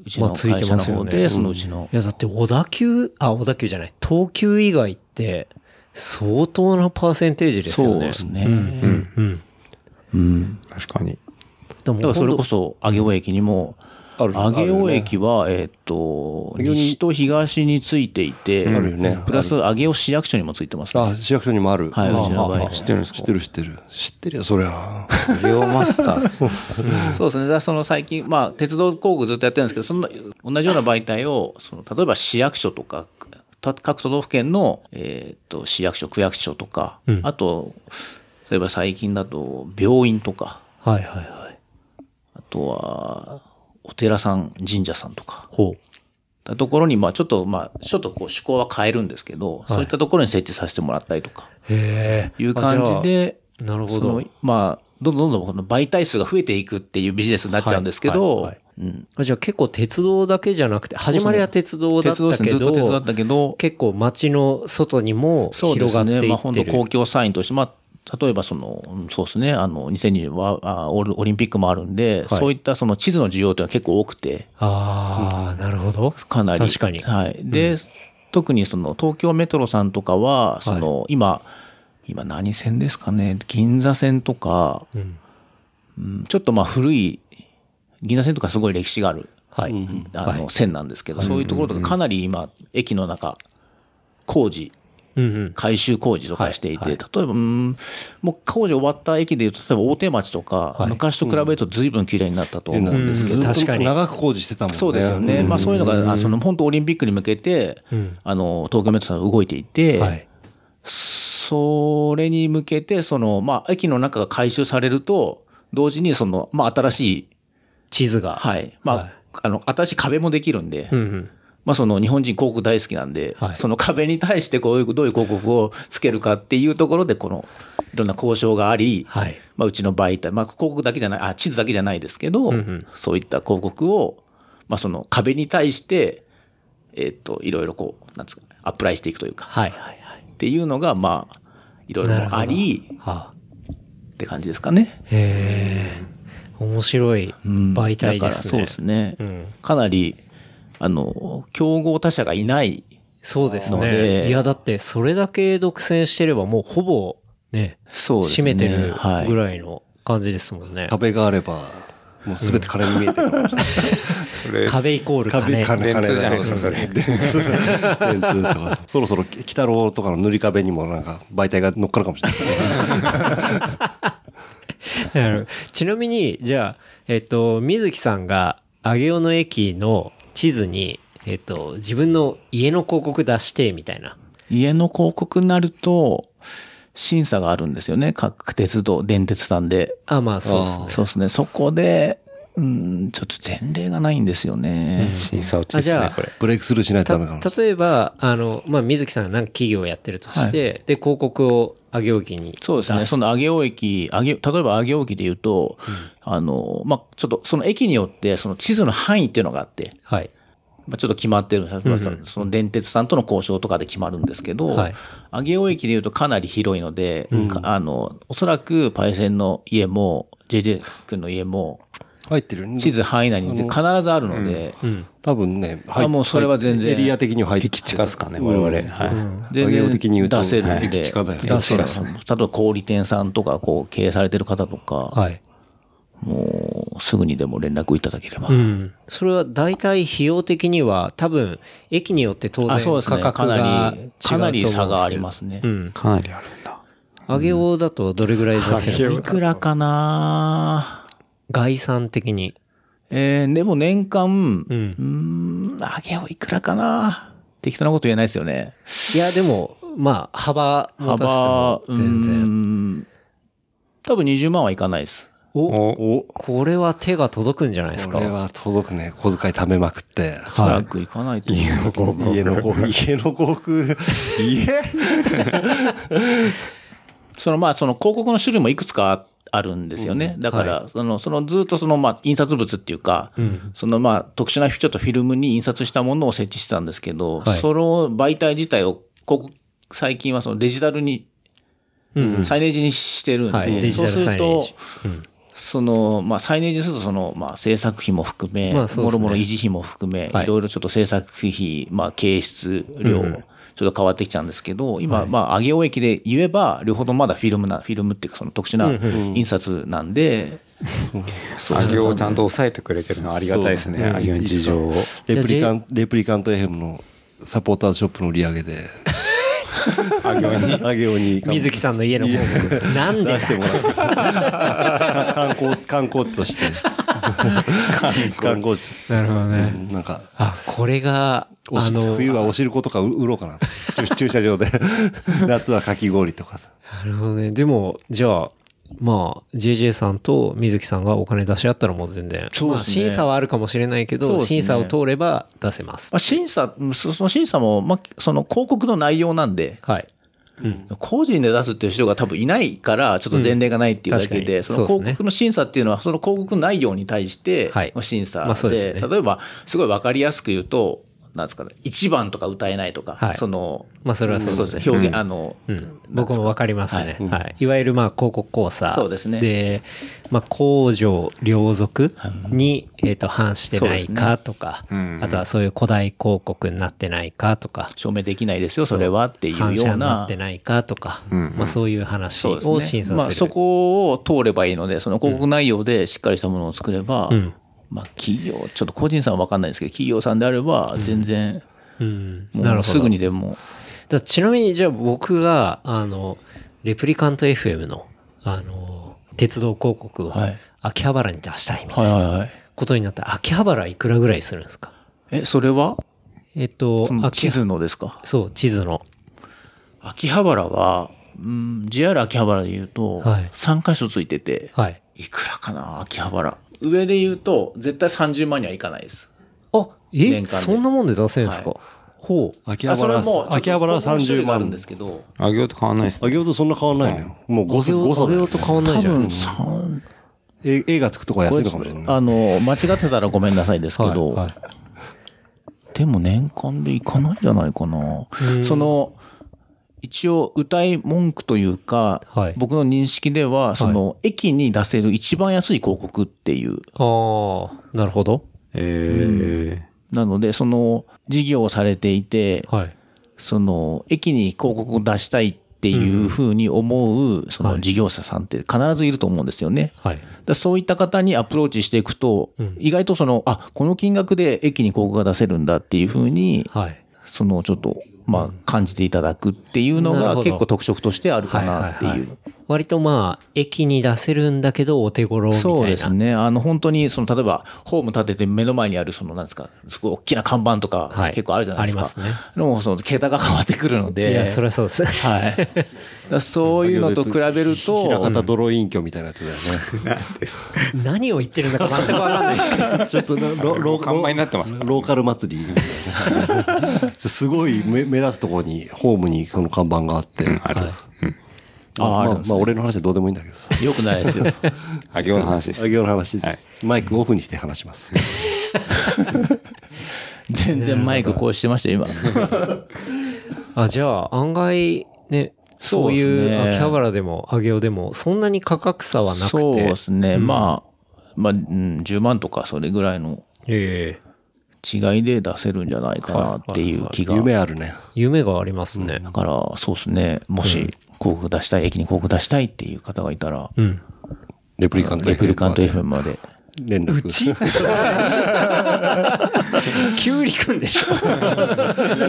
うち
ま
の
あつい
会
て
社
ま
の
すよね
方で、そのうちの
う。い、や、だって小田急、あ、小田急じゃない。東急以外って、相当なパーセンテージですよ
そう
ね。
ですね。
うんうん。
うん。
確かに。
でも
だからそれこ
そ、
そ、上尾駅にも、
ある
上尾駅は、えっと、西と東についていて、
あるよね
プラス上尾市役所にもついてますね。
あ、市役所にもある。
はい、うちの場合。
知ってるんですか知ってる知ってる。知ってるよ、そりゃ。
ジオマス ターズ。
そうですね。だからその最近、まあ、鉄道工具ずっとやってるんですけど、その同じような媒体を、その例えば市役所とか、た各都道府県の、えーっと、市役所、区役所とか、
うん
あと、例えば最近だと、病院とか、
はいはいはい。
あとは、お寺さん、神社さんとか、
ほう。
たところに、まあちょっと、まあ、ちょっとこう趣向は変えるんですけど、そういったところに設置させてもらったりとか、
へえ。
いう感
あ
じ。で、
じゃあなるほ
そ
ど
の。、まあ、どんどんどんどんこの媒体数が増えていくっていうビジネスになっちゃうんですけ
は
ど
い、
うん
あじゃあ結構鉄道だけじゃなくて、始まりは鉄道だっ
鉄道で
た
すね、
け
ずっと鉄道だっ
ど、
たけど、
結構街の外にも
そうで
広が
す
っていって
ね、
る。
まあ本当公共サインとして、まあ、例えばその、うんそうですね、あの、2020はあオリオリンピックもあるん
は
で、
い
そういったその地図の需要というのは結構多くて、
ああ、なるほど。
かなり。
確かに。
はい。で、特にその東京メトロさんとかは、その、今、今何線ですかね、銀座線とか、
うん。
うんちょっとまあ古い、銀座線とかすごい歴史がある、
はい。
あ
は
の、
い
線なんですけど、そういうところとかかなり今、駅の中、工事、
うんうん。
改修工事とかしていて、
はい
例えば、うん、もう工事終わった駅でいうと、例えば大手町とか、
はい
昔と比べると随分綺麗になったと思 うんですよ
うん確かに
長く工事してたもんね。
そうですよね。
ん
まあそういうのが、あその本当オリンピックに向けて、
うん
あの、東京メトロさんが動いていて、
はい。
それに向けて、その、まあ駅の中が改修されると、同時にその、まあ新しい、
地図が。
はい、まあ、
はい
あの、新しい壁もできるんで、
うんうん。
まあその日本人広告大好きなんで、
はい
その壁に対してこういう、どういう広告をつけるかっていうところで、この、いろんな交渉があり、
はい。
まあ、うちの媒体、まあ、広告だけじゃない、あ、地図だけじゃないですけど、
んうん
そういった広告を、まあ、その壁に対して、えっ、と、いろいろこう、なんですか、アプライしていくというか、
はい。はい。はい。
っていうのが、まあ、いろい
なるほ
ろ
ど
あり、
はあ。
って感じですかね。
へえ。面白い
うん
媒体
だ
で
から
す
そう
ね
で。すね。
ん
かなり、あの、競合他社がいない、
そうです
なの
ね。
で
いや、だって、それだけ独占してれば、もうほぼ、ね、
そうです
占
ね。
めてる
はい
ぐらいの感じですもんね。
壁があれば、もうすべて金に見えてるかもしれない。
それ、
壁イコール金。
壁、金、金。
電通じゃないですかそれ
電通電通とか。そろそろ、鬼太郎とかの塗り壁にもなんか、媒体が乗っかるかもしれない。
なるほどちなみに、じゃあ、えっと、水木さんが、上尾の駅の地図に、えっと、自分の家の広告出して、みたいな。
家の広告になると、審査があるんですよね。各鉄道、電鉄さんで。
あ、まあ、そうですね。
そうですね。そこで、うん、ちょっと前例がないんですよね。
審査落ちです
あじ
ね
ゃあ、
これ。
ブレイクスルーしないと
た
ダメかも。
例えば、あの、まあ、水木さんが何か企業をやってるとして、で、広告を上尾駅に。
そうですね。その上尾駅、上尾例えば上尾駅で言うと、あの、まあ、ちょっとその駅によって、その地図の範囲っていうのがあって、
はい。
まあ、ちょっと決まってるんです、その電鉄さんとの交渉とかで決まるんですけど、
はい
上尾駅で言うとかなり広いので、かあの、おそらくパイセンの家も、JJ 君の家も、
入ってる
地図範囲内に必ずあるので、
多分ね、
あもうそれは全然
エリア的には入って
駅近っすかね、我々。はい。
全
作業
然
的に言うと
出せるんで、
はい近だよね
出せる
近
例えば小売店さんとか、こう、経営されてる方とか、
はい。
もう、すぐにでも連絡いただければ。
うん。それは大体費用的には、多分、駅によって当
あ、そ
然
うですね。
価
か
格が
な
違う
り、かなり
と思うんですけど
差がありますね。
うん。
かなりあるんだ。
上げ尾だとどれぐらい出せるんです
い
か
くらかな
概算的に。
えー、でも年間、
う。
うんーん、上げをいくらかな適当なこと言えないですよね。
いや、でも、まあ、幅持たせて
幅
も、全
うー
然。
ん多分20万はいかないです。
お、これは手が届くんじゃないです
これ
か。
は届くね。小遣い貯めまく って。
おそらくいかないと思う。
家の航空。家の航空。家
そのまあその広告の種類もいくつかあるんですよね。だから、その、そのずっとそのまあ印刷物っていうか、そのまあ特殊なちょっとフィルムに印刷したものを設置してたんですけど、
はい
その媒体自体を広告、最近はそのデジタルに、サイネージにしてるんで、
はいデジタ
そう
ル
すると、
サイネージ
その、まあ、サイネージすると、その、まあ、制作費も含め、
まあそうで
も
すね
ろもろ維持費も含め、
はい
いろいろちょっと制作費、まあ、経出量、ちょっと変わってきちゃうんですけど、今、まあ、上尾駅で言えば、両方ともまだフィルムな、フィルムっていうか、その特殊な印刷なんで、そうで
上
すね
げをちゃんと抑えてくれてるのはありがたいですね、上げの事情を。
レプリカン、レプリカント FM のサポーターズショップの売り上げで、
上げに。
あげおに。
水木さんの家の広告。なんで
出しても らう。観光、観光地として。観光地として。
なるほどね
うんなんか、
あ、これが、
おし
あの、
冬はお汁粉とか売売ろうかな。 駐駐車場で。夏はかき氷とか。
なるほどね。でも、じゃあ、まあ、JJ さんと水木さんがお金出し合ったらもう全然。
そう
ま
で
あ、
すね
審査はあるかもしれないけ
そう
ど、
ですね
審査を通れば出せます
まあ、。審査、そその審査も、まあ、その広告の内容なんで、
はい。
個人で出すっていう人が多分いないから、ちょっと前例がないっていうだけで、
うん確
そ
かに
の
そうですね
広告の審査っていうのは、その広告内容に対して
はい
の審査で、
まあそうですね
例えば、すごいわかりやすく言うと、なんですかね、1番とか歌えないとか、
はい
その、
まあ、それは
そう
そう
で
ですす
ね
ね。、
表現、あの、
うん、僕もわかりますね。はい。い、わゆる、まあ、広告交差。
そうですね
で、まあ、公序良俗に、えっ、と、反してないかとか、あとはそういう古代広告になってないかとか、
証明できないですよ、それはっていう
反
よ
射
う
にな
な
って。ないかとか、まあ、そういう話
そう
を
ですね。
審査する。
まあ、そこを通ればいいので、その広告内容でしっかりしたものを作れば、
ん
まあ、企業、ちょっと個人さんは分かんないですけど、企業さんであれば、全然、
うん。なる
もう
ほど。
すぐにでも、
だちなみにじゃあ僕が、あの、レプリカント FM の、あの、鉄道広告を
はい
秋葉原に出したいみたい
はいはいはい。
なことになったら、秋葉原いくらぐらいするんですか
え、それは
えっと
そ、の
秋
地図のですか
そう、地図の。
秋葉原は、うん、JR 秋葉原で言うと、
はい
3箇所ついてて、
はい。
いくらかな、秋葉原。上で言うと、絶対30万にはいかないです。
あ、
年間
え
で
そんなもんで出せるんですか、
は
ほう。
秋
あ
葉
それ
原
はも
は、
う、
秋葉原は
ちょっ
30
とこの種類があるん
万
で。すけど、
あげようと変わんないですね。
あげようとそんな変わんないのよ。もう誤差、誤差だよ
と変わんない
多
じゃないです
分
か。
三
え絵がつくとこは安いのかもしれない。
あの、間違ってたらごめんなさいですけ
は
ど、
いはい
でも年間でいかないんじゃないかな。その、一応、歌い文句というか、
はい
僕の認識では、その、駅に出せる一番安い広告っていう、
ああ、なるほど。
え
なので、その、事業をされていて、
はい。
その、駅に広告を出したいっていうふうに思う、その事業者さんって必ずいると思うんですよね。
はい。
だからそういった方にアプローチしていくと、意外とその、あ、この金額で駅に広告が出せるんだっていうふうに、
はい。
そのちょっと、まあ、感じていただくっていうの
なる
が
ほど
結構特色としてあるか
はい
なっていう。
はいはい割とまあ、駅に出せるんだけど、お手頃みたいな。
そうですね。あの、本当に、その、例えば、ホーム立てて目の前にある、その、なんですか、すごい大きな看板と
は
か
い、
結構あるじゃないですか。
ありますね
でも、その、桁が変わってくるので。
いや、それはそうですね。
はい。だからそういうのと比べる
平
と、
方ドローイン居みたいなやつだよ ね。
何を言ってるんだか全くわかんないですけど。
ちょっとな、ロロー
看板になってますから
ローカル祭りみたいな。すごい目目立つところに、ホームにこの看板があって。
えある。
まあ
ああるん
まあ
ですね
まあ、俺の話はどうでもいいんだけどさ。
良くないですよ。
あげようの話です。
あげようの話、
はい
マイクオフにして話します。
全然マイクこうしてましたよ、今。
あ、じゃあ、案外、ね、
そ
そうう
ですね
いう秋葉原でも、上尾でも、そんなに価格差はなくて。
そうですね。まあ、まあ、うん、10万とかそれぐらいの
ええ
違いで出せるんじゃないかなっていう気が。
夢あるね。
夢がありますね。
だから、そうですね。もし、広告出したい、駅に広告出したいっていう方がいたら、
うん。
レプリカント FM。
レプリカント FM まで。
連絡。
キュウリくんでしょ
連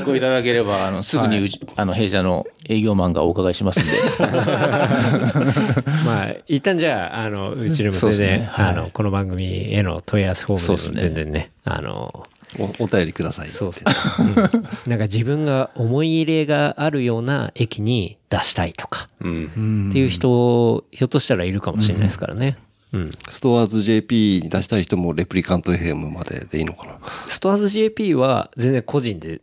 絡をいただければ、あの、すぐにうち、あの、弊社の営業マンがお伺いしますんで。
まあ、一旦じゃあ、あの、うちの
そ
娘
うです
で、
ねは
あ
い
の、この番組への問い合わせフォームで
そう
も
ですね
全然ね、あの、
おお便りください。
そうですね。うんなんか自分が思い入れがあるような駅に出したいとか、
うん。
っていう人、ひょっとしたらいるかもしれないですからね。うん。
ストアーズ JP に出したい人もレプリカント FM まででいいのかな。
ストアーズ JP は全然個人で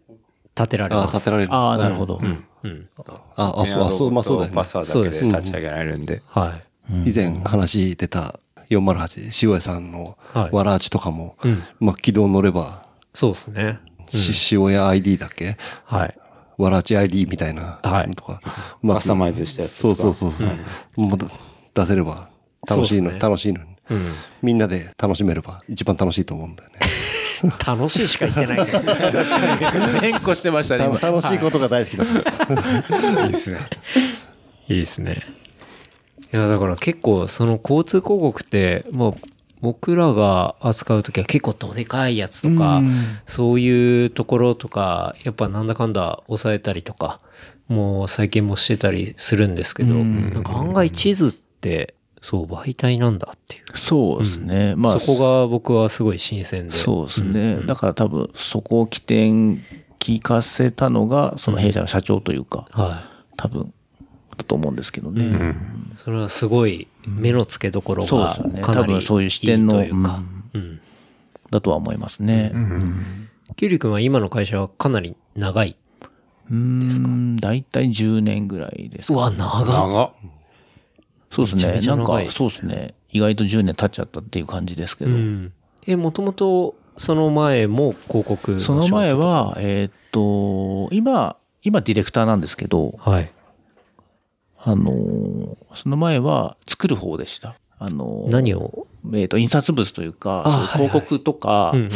建てられ
ああ、
ま
立
す
て。られる。あ
ああ、なるほど。
うん。
あ、そう、あ、そう、まあそうだよね
パ。スワードだけで立ち上げられるんで。
はい。
以前話出た408、塩屋さんの
はい
わらあちとかも、
うん
まあ軌道乗れば、
そうですね。
し塩屋 ID だっけ
はい。
わらあち ID みたいな
はい
のとか。ま
カスタマイズしたやつです
そう
か
そうそうそう。もうだ出せれば楽しいの、
そうっすね
楽しいのに。
うん。
みんなで楽しめれば一番楽しいと思うんだよね。
楽しいしか言ってないけど。
変更してましたね、今。
楽しいことが大好きなんです。
いいですね。
いいですね。いや、だから結構その交通広告って、まあ、僕らが扱うときは結構どでかいやつとか、そういうところとか、やっぱなんだかんだ抑えたりとか、もう最近もしてたりするんですけど、なんか案外地図って、そう、媒体なんだっていう。
そうですね。まあ、
そこが僕はすごい新鮮で。
そうですね。だから多分、そこを起点、聞かせたのが、その弊社の社長というか、
は
多分、だと思うんですけどね。
い。それはすごい目の付けどころ
そうで
が
すよね
かな
多
りいい
分
と
そ
い
ういうう
視
視
点
点の
というか。
うんだとは思いますね。
キュリ君は今の会社はかなり長い。
うん。だいたい10年ぐらいですか。
うわ、長っ。
長っ。
そうです
めちゃめ
ね。
ちゃ
なん
長
か
い、です
そうですね。意外と10年経っちゃったっていう感じですけど。
うん。え、もともと、その前も広告の仕
そ
事
の前。は、えーっと、今、今ディレクターなんですけど、
はい。
あのー、その前は作る方でした。あのー、
何を
えーっと、印刷物というか、
あ
そういう広告とか、
うんうん
うん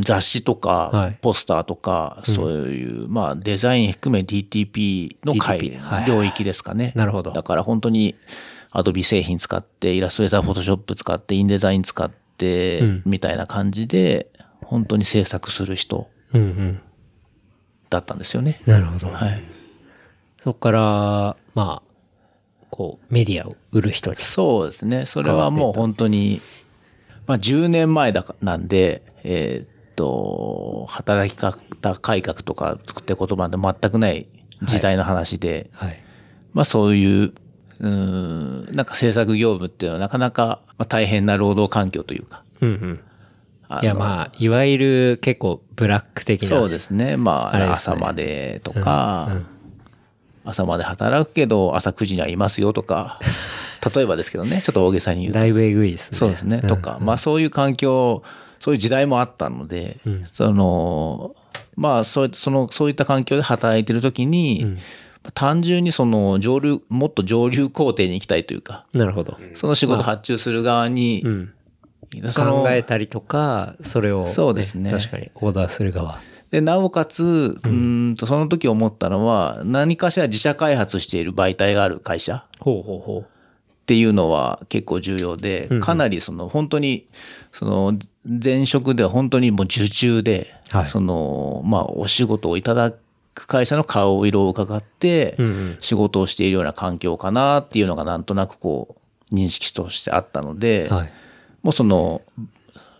雑誌とか、
はい
ポスターとか、そういう、まあ、デザイン含め DTP の回
DTP はい
領域ですかね。
なるほど
だから本当に、アドビ製品使って、イラストレーター、フォトショップ使って、インデザイン使って、
うん
みたいな感じで、本当に制作する人
うんうん。
だったんですよね。
なるほど。
はい。
そこから、まあ、こう、メディアを売る人に。
そうですね。それはもう本当に、まあ10年前だかなんで、えーっと、働き方改革とかって言葉で全くない時代の話で、
はい。
まあそういう、うーん、なんか制作業務っていうのはなかなか、まあ、大変な労働環境というか。
うんうん。
あの
いや、まあ、いわゆる結構ブラック的な。
そうですね。ま
あれ
あ、
ですね
朝までとか、朝まで働くけど、朝9時にはいますよ とか、例えばですけどね、ちょっと大げさに言うと
だいぶえぐいですね。
そうですね。とか、まあそういう環境、そういう時代もあったので、その、まあそういその、そういった環境で働いてるときに、単純にその上流、もっと上流工程に行きたいというか、
なるほど。
その仕事発注する側に、その
考えたりとか、それを、
そうですね
確かに、オーダーする側。
で、なおかつ、うーんと、その時思ったのは、何かしら自社開発している媒体がある会社
ほうほうほう。
っていうのは結構重要で、かなりその本当に、その前職では本当にもう受注で、
はい
その、まあお仕事をいただく会社の顔色を伺って
んうん、
仕事をしているような環境かなっていうのがなんとなくこう認識としてあったので、
はい。
もうその、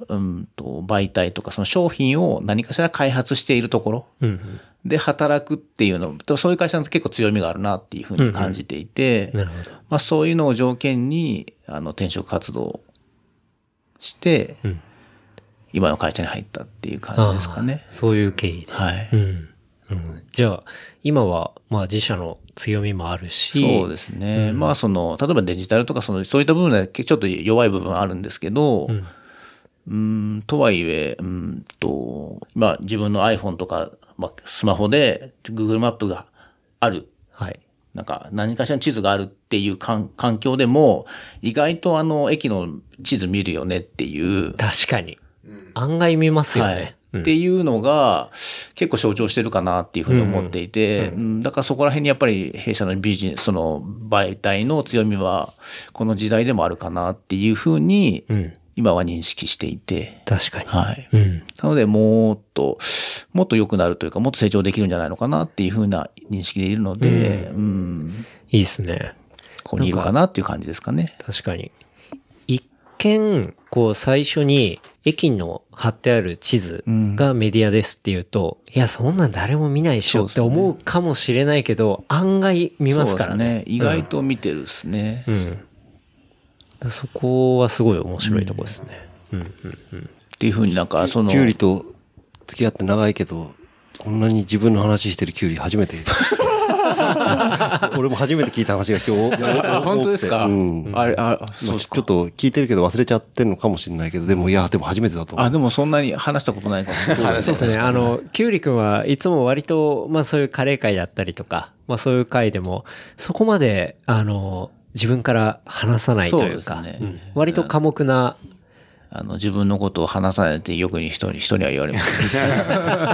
うんと、媒体とかその商品を何かしら開発しているところ
うんうん。
で働くっていうの、そういう会社の結構強みがあるなっていうふうに感じていて、
なるほど。
まあ、そういうのを条件にあの転職活動をして、
うん
今の会社に入ったっていう感じですかね
あー。そういう経緯で。
はい、
うん。うんじゃあ、今は、まあ自社の強みもあるし、
そうですね。まあその、例えばデジタルとかその、そういった部分でちょっと弱い部分はあるんですけど、うん、とはいえ、うんと、まあ自分の iPhone とか、まあスマホで Google マップがある
はい。
なんか何かしらの地図があるっていう環環境でも、意外とあの駅の地図見るよねっていう、
確かに。案外見ますよ
は
ね
い。。っていうのが結構象徴してるかなっていうふうに思っていて、うんだからそこら辺にやっぱり弊社のビジネス、その媒体の強みはこの時代でもあるかなっていうふうに
うん。
今は認識していて、
確かに。
はい。
うん。
なのでもっと、もっと良くなるというか、もっと成長できるんじゃないのかなっていうふうな認識でいるので、うん、
いいですね。
ここにいるかなっていう感じですかね。
確かに。一見、こう最初に駅の貼ってある地図がメディアですっていうと、いや、そんなん誰も見ないっしょって思うかもしれないけど、案外見ますからね。
そうです意外と見てるですね。
う
っ
ん。だそこはすごい面白いとこですね。うん。うん
ていうふうになんか、その、
キュウリと付き合って長いけど、こんなに自分の話してるキュウリ初めて。俺も初めて聞いた話が今日。
あ本当ですか
うん。
あれ、あ、
まあちょっと聞いてるけど忘れちゃってんのかもしれないけど、でも、いや、でも初めてだと思う
あ、。でもそんなに 話したことないかも。
そうですね。あの、キュウリ君はいつも割と、まあそういうカレー会だったりとか、まあそういう会でも、そこまで、あの、自分から話さないというか、
そうです
う
ね
ん割と寡黙な、
あの、自分のことを話さないってよくに人に、人には言われます。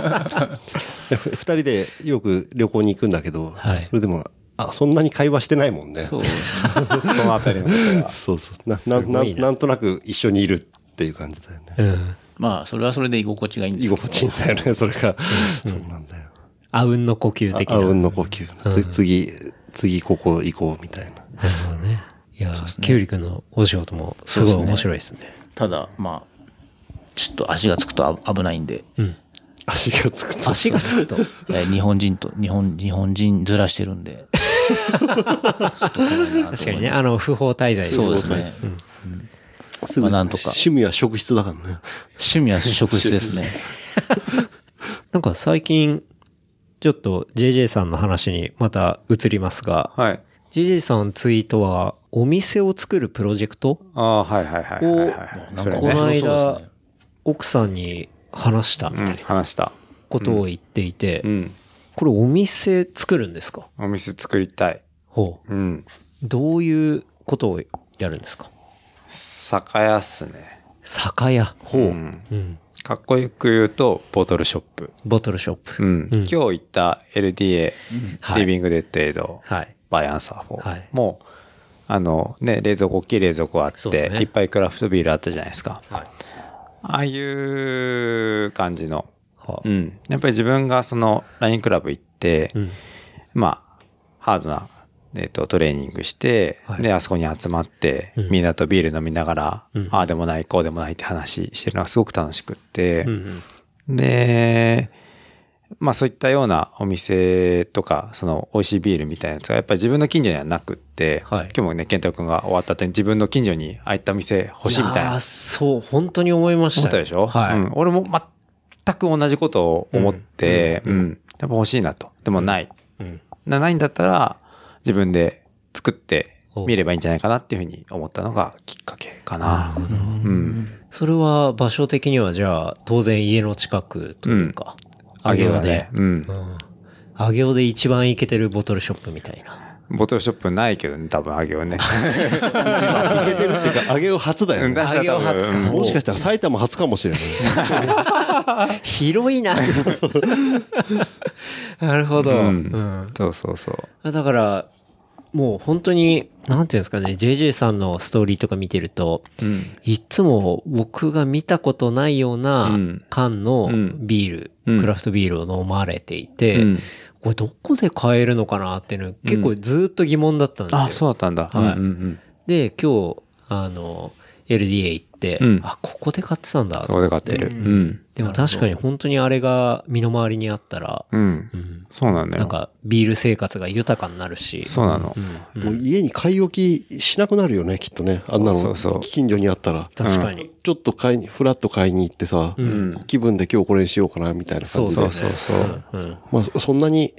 でふ二人でよく旅行に行くんだけど、
はい
それでも、あ、そんなに会話してないもんね。
そう。
そのあたりのことは。
そうそうなな
ご
ないん
な
なんとなく一緒にいるっていう感じだよね。
うん、
まあ、それはそれで居心地がいいんで
居
す
心地いいんだよね、それが。そうなんだよ。
あうんの呼吸的な。
あうんの呼吸。つ次、次ここ行こうみたいな。
なるほどね。いや、キュウリ君のお仕事もすごい
そうですね
面白いですね。
ただ、まあ、ちょっと足がつくとあ危ないんで、
足がつくと。
足がつくと。
えー日本人と、日本、日本人ずらしてるんで、
確かにね、あの、不法滞在
そうですね。
すぐ、
まあなんとか
趣味は職質だからね。
趣味は職質ですね。
なんか最近、ちょっと JJ さんの話にまた移りますが、
はい。
JJ さんのツイートは、お店を作るプロジェクト
ああ、はいはいはいはいはいはい。
な
そ
んか
れ
この
面白そうです
間
ね、
奥さんに話したみ
う
た
ん、
いな
話した。
ことを言っていて
う、ん。
これお店作るんですか
お店作りたい。
ほう。
うん。
どういうことをやるんですか
酒屋っすね。
酒屋。
ほうん。
うん。
かっこよく言うと、ボトルショップ。
ボトルショップ。
うん。
うん
今日行った LDA、
はい
リビングデッドエイド、
はい。
バイアンサー4。
はい
もう、あのね、冷蔵庫、大きい冷蔵庫あっ
そうで
て、
すね
いっぱいクラフトビールあったじゃないですか。
はい。
ああいう感じの。
はあ
うん。やっぱり自分がその、ラインクラブ行って、
うん。
まあ、ハードな、えっと、トレーニングして、
はい
で、あそこに集まって、
うん
みんなとビール飲みながら、
うん
ああでもない、こうでもないって話してるのがすごく楽しくって、
うんうん。
で、まあそういったようなお店とか、その美味しいビールみたいなやつがやっぱり自分の近所にはなくって、
はい
今日もね、健太君が終わった後に自分の近所にああいったお店欲しいみたい
や
な
ーそう、本当に思いました
思
よ。
ったでしょ、
はい。
うん、俺も全く同じことを思って、
う
うんん、
うん
やっぱ欲しいなと。でもない。
うん
なないんだったら、自分で作って
お
みればいいんじゃないかなっていうふうに思ったのがきっかけかな。うん。
それは場所的にはじゃあ、当然家の近くというか、
あげよう
上尾
ね
で。。
うん。
上尾で一番イケてるボトルショップみたいな。
ボトルショップないけどね、多 分あげようね。
いけてるっていうか、上げを初だよ
うん
ね。
出したら多
あげよう初か
分うん
もしかしたら埼玉初かもしれない。
広いな。 なるほど。
うん
うん
そうそうそう。
だから、もう本当に、なんていうんですかね、JJ さんのストーリーとか見てると、
うん。
いつも僕が見たことないような
うん
缶の
うん
ビール、
うん
クラフトビールを飲まれていて、
うん
これどこで買えるのかなっていうの結構ずっと疑問だったんですよ。
あ、そうだったんだ。
はい
うんうんうん。
で、今日、あの、LDA 行って、
うん
あ、ここで買ってたんだ
そこで買ってる。
う
うん。
でも確かに本当にあれが身の回りにあったら、
うん
う。ん
そうなんだよ。
なんかビール生活が豊かになるし。
そうなの。
うん
もう家に買い置きしなくなるよね、きっとね。あんな
そ
の
うそうそう
近所にあったら。
確かに。
ちょっと買いに、フラッと買いに行ってさ、
ん
気分で今日これにしようかな、みたいな
そ
感
う
じ
そ
で。
うそう
そうそう
うんうん
まあ、そそんなに、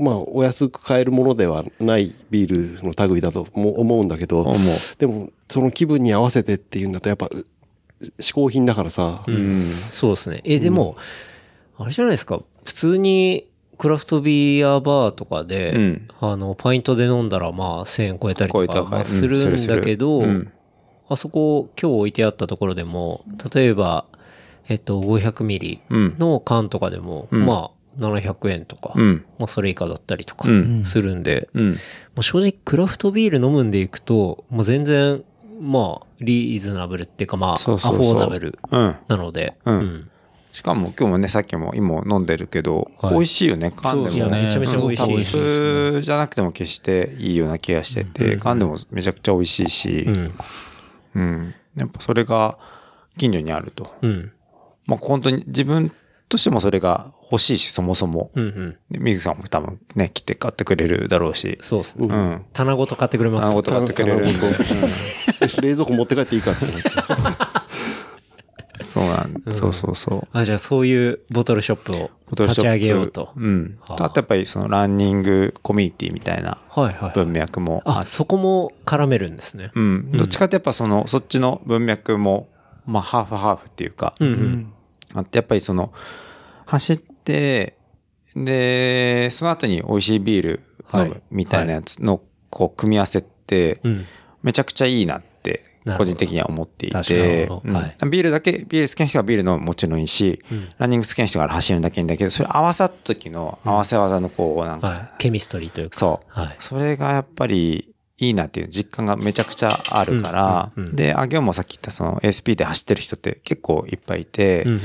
まあ、お安く買えるものではないビールの類だとも思うんだけど、
思う。
でも、その気分に合わせてっていうんだと、やっぱ、う嗜好品だからさ、
うん。
そうですね。え、でも、あれじゃないですか。普通にクラフトビアバーとかで、
うん
あの、パイントで飲んだらまあ1000円超えたり
超
と
えた
か
か
まあ
うん
する
する
ん
する
だけど、
うん
あそこ今日置いてあったところでも、例えば、えっと、500ミリ
うん
の缶とかでも、
うん
まあ、700円とか、
うん。
まあ、それ以下だったりとか
うん
するんで、
うん。
もう正直クラフトビール飲むんでいくと、もう全然、まあ、リーズナブルっていうか、まあ、
そうそうそ
ア
う
フォーダブル
うん。
なので、
うんしかも今日もね、さっきも今飲んでるけど、
はい
美味しいよね、缶でも。
そうですね
めちゃめちゃ美味しい
うん
美味しいです
ね
カップじゃなくても決していいような気がしてて、缶でもめちゃくちゃ美味しいし、
う
うんん。やっぱそれが近所にあると。
うん。
まあ本当に自分としてもそれが欲しいし、そもそも。
うん。うん。
で水木さんも多分ね、来て買ってくれるだろうし。
そうです
う
ね。
ん。
棚ごと買ってくれます。
あのこと買ってくれるんで。
た冷蔵庫持って帰っていいかってなっちゃ
うんそうなん、そうそうそう。
あ、じゃあそういうボトルショップを
フォトシ
立
ョップ
ち上げようと。
うん。
はあ
あとやっぱりそのランニングコミュニティみたいな
はいはい。
文脈もあ
あ、そこも絡めるんですね。
うん。どっちかってやっぱその、そっちの文脈も、まあ、ハーフハーフっていうか、
うんうん。
あってやっぱりその、走って、で、その後に美味しいビール飲
はい
むみたいなやつの、こう、組み合わせって
う、ん。
めちゃくちゃいいなって
なるほど
個人的には思ってい
確かにな
て
るほ、ど
うん
はい
ビールだけ、ビール好きな人はビールのもちろんいいし、ランニング好きな人が走るんだけいいんだけど、それ合わさった時の合わせ技のこう、なんか、
はい。ケミストリーというか。
そう。
はい。
それがやっぱりいいなっていう実感がめちゃくちゃあるから、
うんうんうん
で、あげおもさっき言ったその SP で走ってる人って結構いっぱいいて、
うんうん。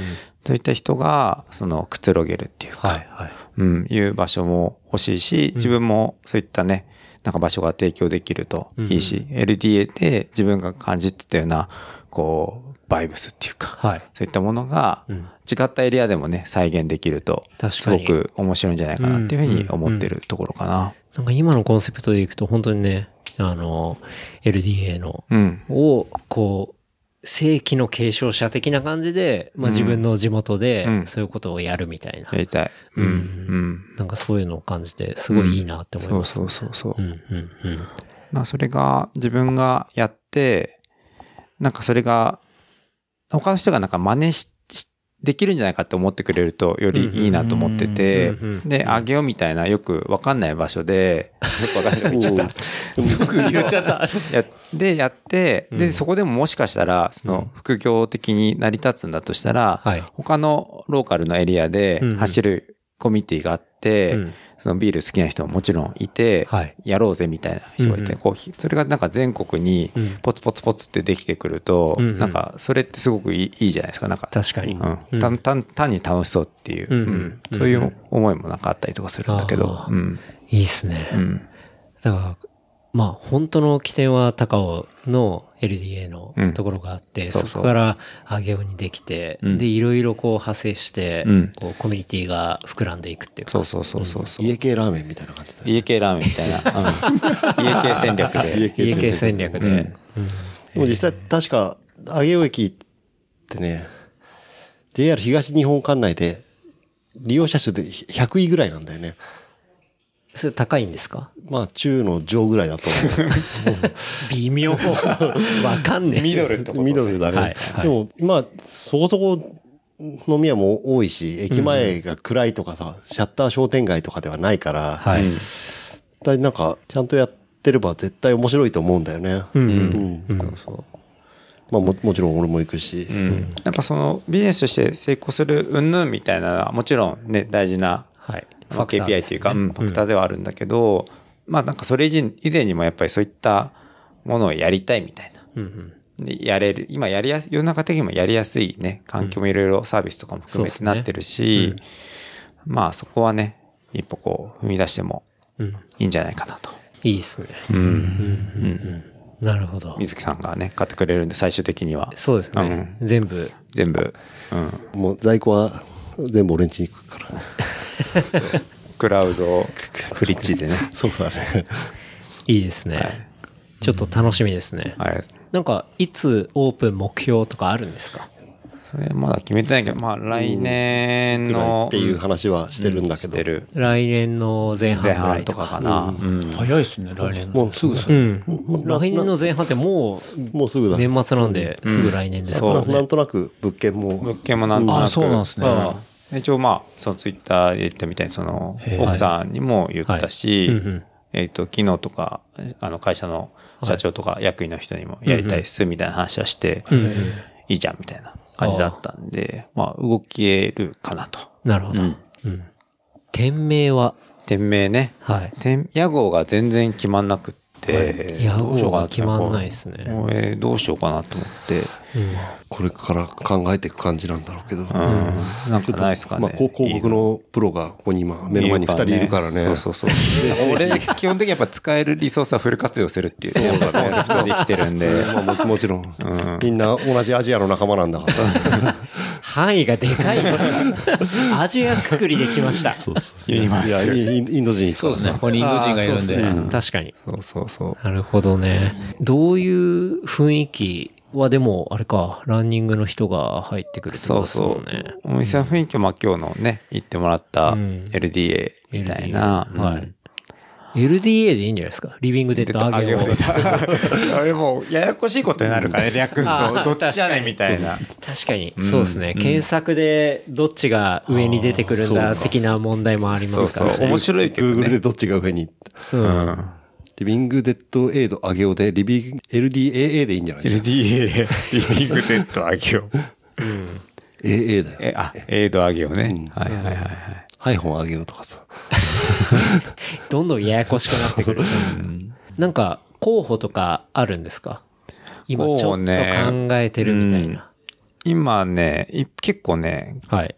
そういった人がそのくつろげるっていうか、
はいはい。
うん、いう場所も欲しいし、自分もそういったね、なんか場所が提供できるといいし、LDA で自分が感じてたような、こう、バイブスっていうか、
はい。
そういったものが
うん
違ったエリアでもね、再現できると、
確
す
かに
ごく面白いんじゃないかなっていうふうに思ってるところかな。
なんか今のコンセプトでいくと本当にね、あの、LDA の、
うん。
を、こう、正規の継承者的な感じで、まあ自分の地元
う
で
ん
そういうことをやるみたいな
や。りたい。
うん
うん。
なんかそういうのを感じて、すごいいいなって思い
そう
ます。
そうそうそう。
うんうんうん。
なそれが自分がやって、なんかそれが、他の人がなんか真似し、しできるんじゃないかって思ってくれるとよりいいなと思ってて
うんうんうんうん、
で、あげようみたいなよくわかんない場所で、よくわかんない場所言っちゃった。
言っちゃった。
やで、やって、
う
で、
ん
そこでももしかしたら、そうの
ん
副業的に成り立つんだとしたら、
はい。
他のローカルのエリアで
うんうん
走るコミュニティがあって、
うん
そのビール好きな人ももちろんいて、
はい。
やろうぜみたいな人が
う
い
んう
て、
ん
こうひそれがなんか全国に
うん
ポツポツポツってできてくると、
うんうん
なんかそれってすごくいいいいじゃないですか、なんか。
確かに。
う、
うんん
単単単に楽しそうっていう、
うんうん
うんそういう思いもなんかあったりとかするんだけど
あ、ー
うん
いいっすね。
うん
だから、まあ、本当の起点は高尾の LDA の
うん
ところがあって、
そう
そ
そう
こから上尾にできて、
うん
で、いろいろこう派生して、
うん
こうコミュニティが膨らんでいくっていうか
そうそうそうそうそう、
家系ラーメンみたいな感じだね
家系ラーメンみたいな、 うん家系戦略で。
家系戦略で。
う
うんん
でも実際確か、上尾駅ってね、JR 東日本管内で利用者数で100位ぐらいなんだよね。
それ高いんですか
まあ中の上ぐらいだと
微 妙。わかんね え。
ドルって
ミドルだね。
はいはい
でも、まあ、そこそこ飲み屋も多いし、駅前が暗いとかさ、シャッター商店街とかではないから、
はい。
絶対なんか、ちゃんとやってれば絶対面白いと思うんだよね。
うん
うんまあも、もちろん俺も行くし。
うんやっぱそのビジネスとして成功する云々みたいなのはもちろんね大事な
はい。
まあ KPI というか、うんファクタ
ー
ーではあるんだけど、まあなんかそれ以前以前にもやっぱりそういったものをやりたいみたいな。
うんうん。
でやれる、今やりやす、世の中的にもやりやすいね、環境もいろいろサービスとかも含
そう
め
で
て
すね
なってるし、まあそこはね、一歩こう踏み出しても
うん。
いいんじゃないかなと。
いいっすね。なるほど。
水木さんがね、買ってくれるんで最終的には。
そうですね。全部。
全部、うん、
もう在庫は全部俺ん家に行くから。
クラウド、クリッチでね。
そうだね。
いいですね。ちょっと楽しみですね。
あれ、
なんか、いつオープン目標とかあるんですか
それまだ決めてないけど、まあ来年
ぐらい
の
っ。ていう話はしてるんだけ
し
ど。
てる。
来年の前半ぐ
前
らい
半
と
と
か。
かかな。うん
早いですね、来年
も
の。
う
すぐす
う
ぐ。
ん。来年の前半っても
もうすぐ
う
だ。
年末なんで、すぐ来年ですから
なな
ね。
んとなく物件も
物件もなんとなく
あそうなんすね
うん一応まあ、そのツイッターで言ったみたいに、その、
ー
奥さんにも言った
はい
し
うんうん、
えっと、昨日とか、あの、会社の社長とか役員の人にもやりたいっす、みたいな話はして、いいじゃん、みたいな感じだったんで、まあ、動けるかなと。
なるほど。うん。店名は、
店名ね。
はい。
店、屋号が全然決まんなくって、
いや
どうしようか
屋号が
って
決まんないっすね
こうえーどうしようかなと思って、
これから考えていく感じなんだろうけ
う
ど。
ん、なんかないですかね。
まあ、こう広告のプロがここに今目の前に2人いるからね。
そうそうそう。 俺、基本的にやっぱ使えるリソースはフル活用するっていうねコンセプトで生きてるんで。
まあももちろん、みんな同じアジアの仲間なんだから。
範囲がでかい。 アジアくくりできました。そう
ユニバー
いや
ス。
インインド人
そうですね、ここにインド人がいるんで。
っすね確かに。
そうそうそう。
なるほどね。どういう雰囲気はでも、あれか、ランニングの人が入ってくるってこと
そう
ですも
そ
んね。
う。お店の雰囲気もまあ今日のね、行ってもらった
うん
LDA みたいな。
LDA はい。LDA でいいんじゃないですか。リビングデッ
出
ド
た、あ
ア
げ
ゲ
よ
を。
うた。あれもう、や やこしいことになるからね、略す
あ
と。どっちやねんみたいな。
確かに、そうですね。検索でどっちが上に出てくるんだ的な問題もありま
そう
すか
そう
ら。。ね。
面白いけど
Google
ね。
でどっちが上に。
うん。
リビングデッドエイド上げようで、リビング LDAA でいいんじゃない
LDA、リビングデッドあげよう。
?AA だよ。
え、あ、エイドあげようね。はいはいはいはい。
ハイフォン上げようとかさ。
どんどんややこしくなってくるんですねなんか、候補とかあるんですか今ちょっと考えてるみたいな。
今ね、い結構ね、
はい。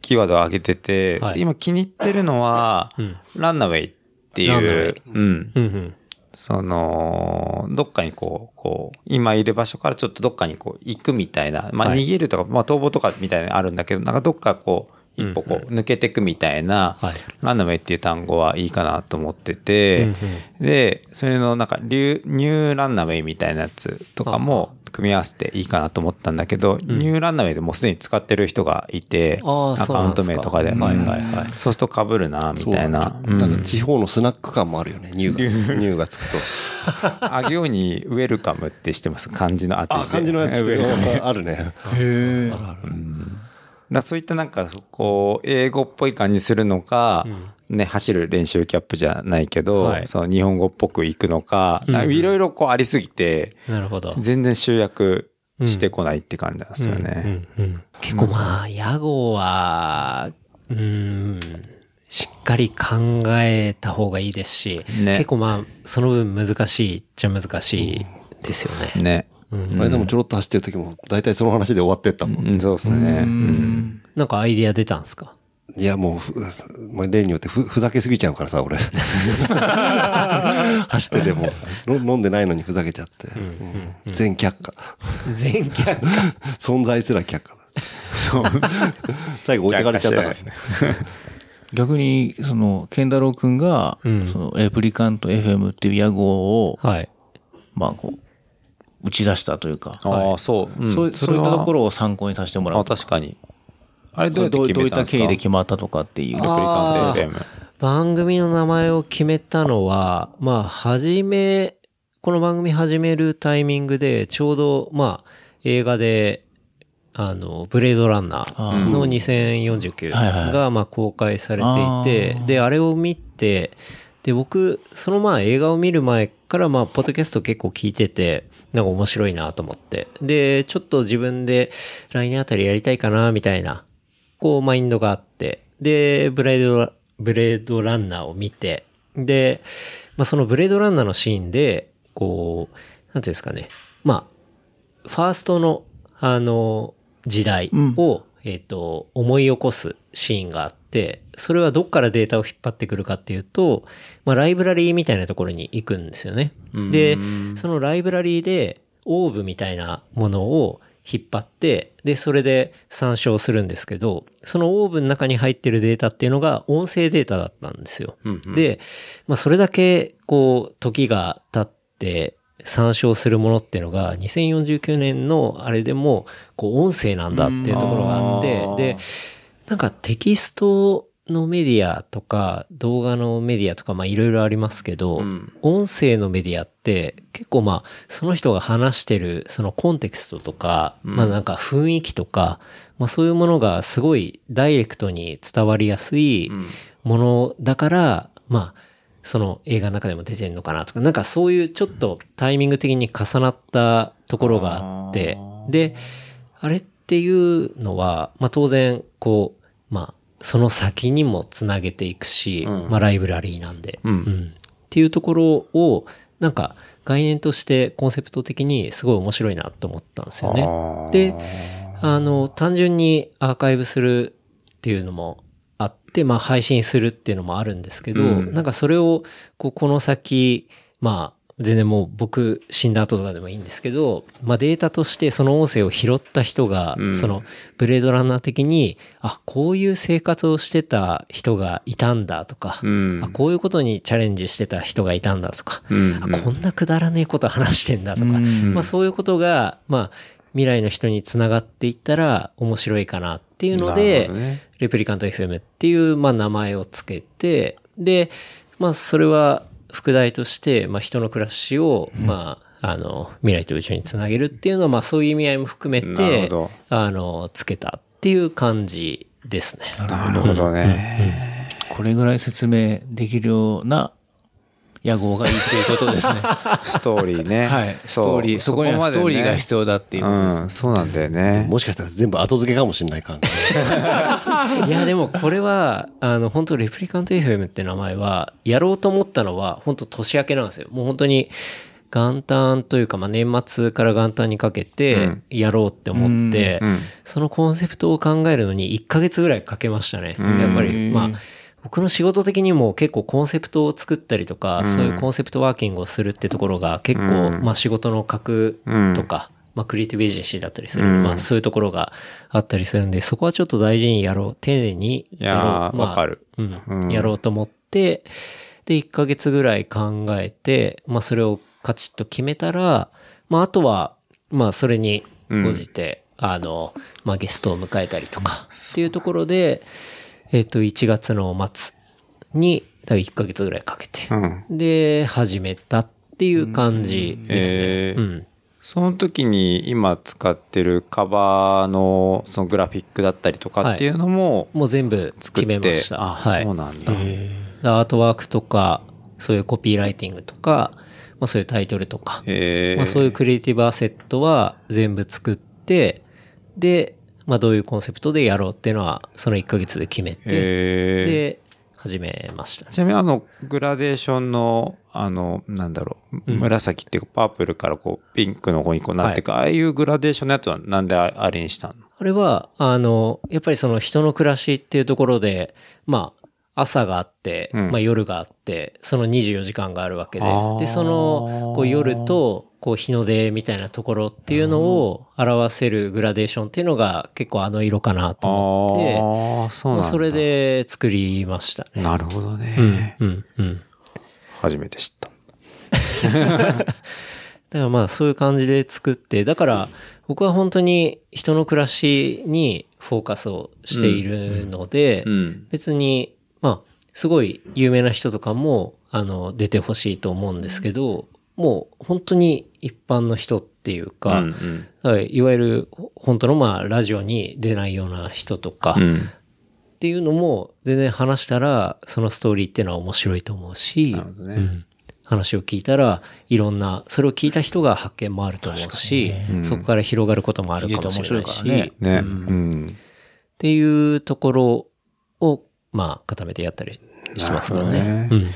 キーワードを上げてて、
はい
今気に入ってるのは、
ん
ランナウェイって
ランナウ
い
ェイ、
ううん。
うんうん。
その、どっかにこう、こう、今いる場所からちょっとどっかにこう行くみたいな、まあ
はい
逃げるとか、まあ逃亡とかみたいなのあるんだけど、なんかどっかこう、一歩こう抜けていくみたいな
はい、
ランダムっていう単語はいいかなと思ってて、で、それのなんか、リュニューランナムみたいなやつとかも組み合わせていいかなと思ったんだけど、ニューランナムでもうすでに使ってる人がいて、
あ
ア
あそう
カ
な
ウ
んで
ント
すか
名とかで、
はいはいはい
そうすると被るな、みたいな。
そうだから地方のスナック感もあるよね、乳が。 乳がつくと。
あげようにウェルカムってしてます、漢字のアーティ
あ、
ストで。
漢字のやつし
ウェ
て
ル
る
カムだか
あるね。
らそういったなんか、こう、英語っぽい感じするのか、ね、走る練習キャップじゃないけど、
はい
その日本語っぽくいくのか、
うんうん
いろいろこうありすぎて、
なるほど。
全然集約してこないって感じなんですよね。
うんうんうん結構まあ、屋号は、うん、しっかり考えた方がいいですし、
ね
結構まあ、その分難しいっちゃ難しいですよね。
ね。
あれでもちょろっと走ってる時も、大体その話で終わってったもん。
うん、そうですね。
なんかアイディア出たんですか
いや、もうふ、まあ、例によってふふざけすぎちゃうからさ、 俺。走ってでも、の飲んでないのにふざけちゃって。うん全却下。
全客。
存在すら却下。 そう。最後置いてかれちゃったからね。
逆に、その、ケンダロウ君が、
ん
その、レプリカント FM っていう屋号を、
はい。
まあ、こう、打ち出したというか、
ああ、そう、うん
そうそういったとこ
ろ
ろを参考にさせてもら
あ、
うとか。
確かに。あれどう
ど
や
う
って決
どう
め
いった
ん
た
ですか
経緯で決まったとかっていう。
レプリカン
あ
テ FM。
番組の名前を決めたのは、まあ、始め、この番組始めるタイミングで、ちょうど、まあ、映画で、あの、ブレードランナーの2049
はいはい
が、まあ、公開されていて
あ、
で、あれを見て、で、僕、そのまあ映画を見る前から、まあ、ポッドキャスト結構聞いてて、なんか面白いなと思って。で、ちょっと自分で来年あたりやりたいかな、みたいな、こう、マインドがあって。で、ブレードラ、ブレードランナーを見て。で、まあ、そのブレードランナーのシーンで、こう、なんていうんですかね。まあ、ファーストの、あの、時代を、えっ、と、思い起こすシーンがあって、それはどっからデータを引っ張ってくるかっていうと、まあ、ライブラリーみたいなところに行くんですよね。で、そのライブラリーで、オーブみたいなものを引っ張って、で、それで参照するんですけど、そのオーブの中に入ってるデータっていうのが音声データだったんですよ。で、まあ、それだけ、こう、時が経って、参照するものっていうのが、2049年のあれでも、こう、音声なんだっていうところがあって、
うん
で、なんかテキストのメディアとか動画のメディアとかまあいろいろありますけど、
ん
音声のメディアって結構まあその人が話してるそのコンテクストとか、まあなんか雰囲気とか、まあそういうものがすごいダイレクトに伝わりやすいものだから、まあその映画の中でも出てるのかなとか、なんかそういうちょっとタイミング的に重なったところがあって、で、あれっていうのは、まあ当然、こう、まあ、その先にもつなげていくし、まあライブラリーなんで、
ん
うんっていうところを、なんか概念としてコンセプト的にすごい面白いなと思ったんですよね。で、あの、単純にアーカイブするっていうのもあって、まあ配信するっていうのもあるんですけど、なんかそれを、こう、この先、まあ、全然もう僕死んだ後とかでもいいんですけど、まあデータとしてその音声を拾った人が、そのブレードランナー的に、あ、こういう生活をしてた人がいたんだとか、
うん
あこういうことにチャレンジしてた人がいたんだとか、
うん
あこんなくだらねえこと話してんだとか、まあ、そういうことが、まあ、未来の人につながっていったら面白いかなっていうの
なる
で、
ほどね
レプリカント FM っていう、まあ、名前をつけて、で、まあ、それは副題として、まあ、人の暮らしを、まあ、あの、未来と宇宙につなげるっていうのは、まあ、そういう意味合いも含め
なるほ
て
ど、
あの、つけたっていう感じですね。
なるほどね。
これぐらい説明できるような屋号がいいということです ね。
ストーリーね。
はい。ストーリー、そこにはストーリーが必
要
要だっていうことですね
うん、そうなんだよね。
もしかしたら全部後付けかもしれないからね。
いやでもこれはあの本当レプリカント FM って名前はやろうと思ったのは本当年明けなんですよもう本当に元旦というか、まあ、年末から元旦にかけてやろうって思って、
うんうん
そのコンセプトを考えるのに1ヶ月ぐらいかけましたね、やっぱりまあ僕の仕事的にも結構コンセプトを作ったりとか、そういうコンセプトワーキングをするってところが結構、まあ仕事の核とか、まあ、クリエイティブエージェンシーだったりする、
うん
まあ、そういうところがあったりするんで、そこはちょっと大事にやろう。丁寧に
い
やろう。
やー、
まあ
わかる。
うん
うん
やろうと思って、で、1ヶ月ぐらい考えて、まあ、それをカチッと決めたら、まあ、あとは、まあ、それに応じて、あの、まあ、ゲストを迎えたりとか、っていうところで、えっ、と、1月の末に、だ1ヶ月ぐらいかけて
う、ん。
で、始めたっていう感じですね
え。
う
ー
ん。
その時に今使ってるカバーのそのグラフィックだったりとかっていうのも
もう全部
作
決
っ
め
て、
ました。
あ、
はい
そうなんだ。
アートワークとか、そういうコピーライティングとか、まあそういうタイトルとか、
えー
まあそういうクリエイティブアセットは全部作って、で、まあどういうコンセプトでやろうっていうのは、その1ヶ月で決めて、
えー
で、始めましたね
ち。なみにあの、グラデーションの、あの、なんだろう、紫っていうか、パープルからこう、ピンクの方にこうなっていく、ああいうグラデーションのやつはなんでああれにしたの
あれは、あの、やっぱりその人の暮らしっていうところで、まあ、朝があって、
うん
まあ夜があって、その24時間があるわけで
あー、
で、その、こう夜と、こう日の出みたいなところっていうのを表せるグラデーションっていうのが結構あの色かなと思って、
ああ、そう
ま
なん
あ
だ。
それ。で作りましたね。
なるほど
うん
ね、。
うん、うん。
初めて知った。
だからまあそういう感じで作って、だから僕は本当に人の暮らしにフォーカスをしているので、
ん。
別に、まあ、すごい有名な人とかも、あの、出てほしいと思うんですけど、もう本当に一般の人っていうか、
うん
はいいわゆる本当のまあラジオに出ないような人とか
うん。うん
っていうのも全然話したらそのストーリーっていうのは面白いと思うし、
なるほどね
うん話を聞いたらいろんなそれを聞いた人が発見もあると思うし、そこから広がることもあるかもしれないし、
聞いてて面白いか
ね。う
らね
ん。
っていうところを、まあ、固めてやったりしてますからね。
なるほ
う
ど
んうん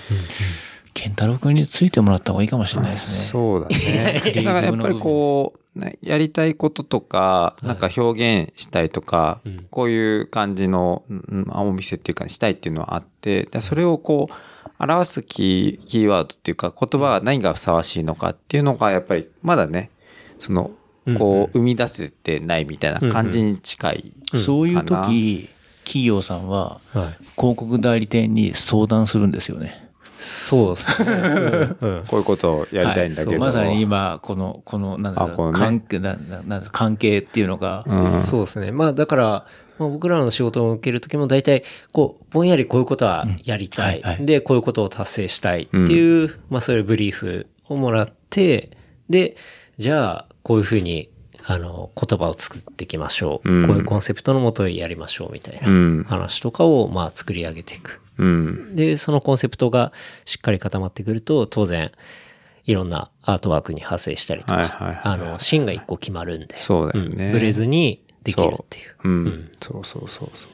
健太郎君についてもらった方がいいかもしれないですね。
そうだね。
いや
だからやっぱりこう、ねやりたいこととか、なんか表現したいとか、こういう感じの、うんあお店っていうか、したいっていうのはあって、でそれをこう、表すキーキーワードっていうか、言葉は何がふさわしいのかっていうのが、やっぱり、まだね、その、こう、生み出せてないみたいな感じに近い。
そういう
かな
時、企業さんは、
はい
広告代理店に相談するんですよね。
そうですね。うんうん
こういうことをやりたいんだけ
は
ど。
いまさに今、この、この、なんです
あ
か、
このね
関係なななんですか関係っていうのが、
うん。
そうですね。まあだから、まあ、僕らの仕事を受けるときも大体、こう、ぼんやりこういうことはやりたい。
うんはいは
で、こういうことを達成したいっていう、まあそういうブリーフをもらって、で、じゃあ、こういうふうに、あの、言葉を作っていきましょう。
うん。
こういうコンセプトのもとやりましょうみたいうなん話とかを、まあ作り上げていく。
うん。
で、そのコンセプトがしっかり固まってくると、当然、いろんなアートワークに派生したりとか、
はいはいはい
あの、芯が一個決まるんで、
そうだよね
んブレずにできるっていう、
うん。そうそうそうそう。
そ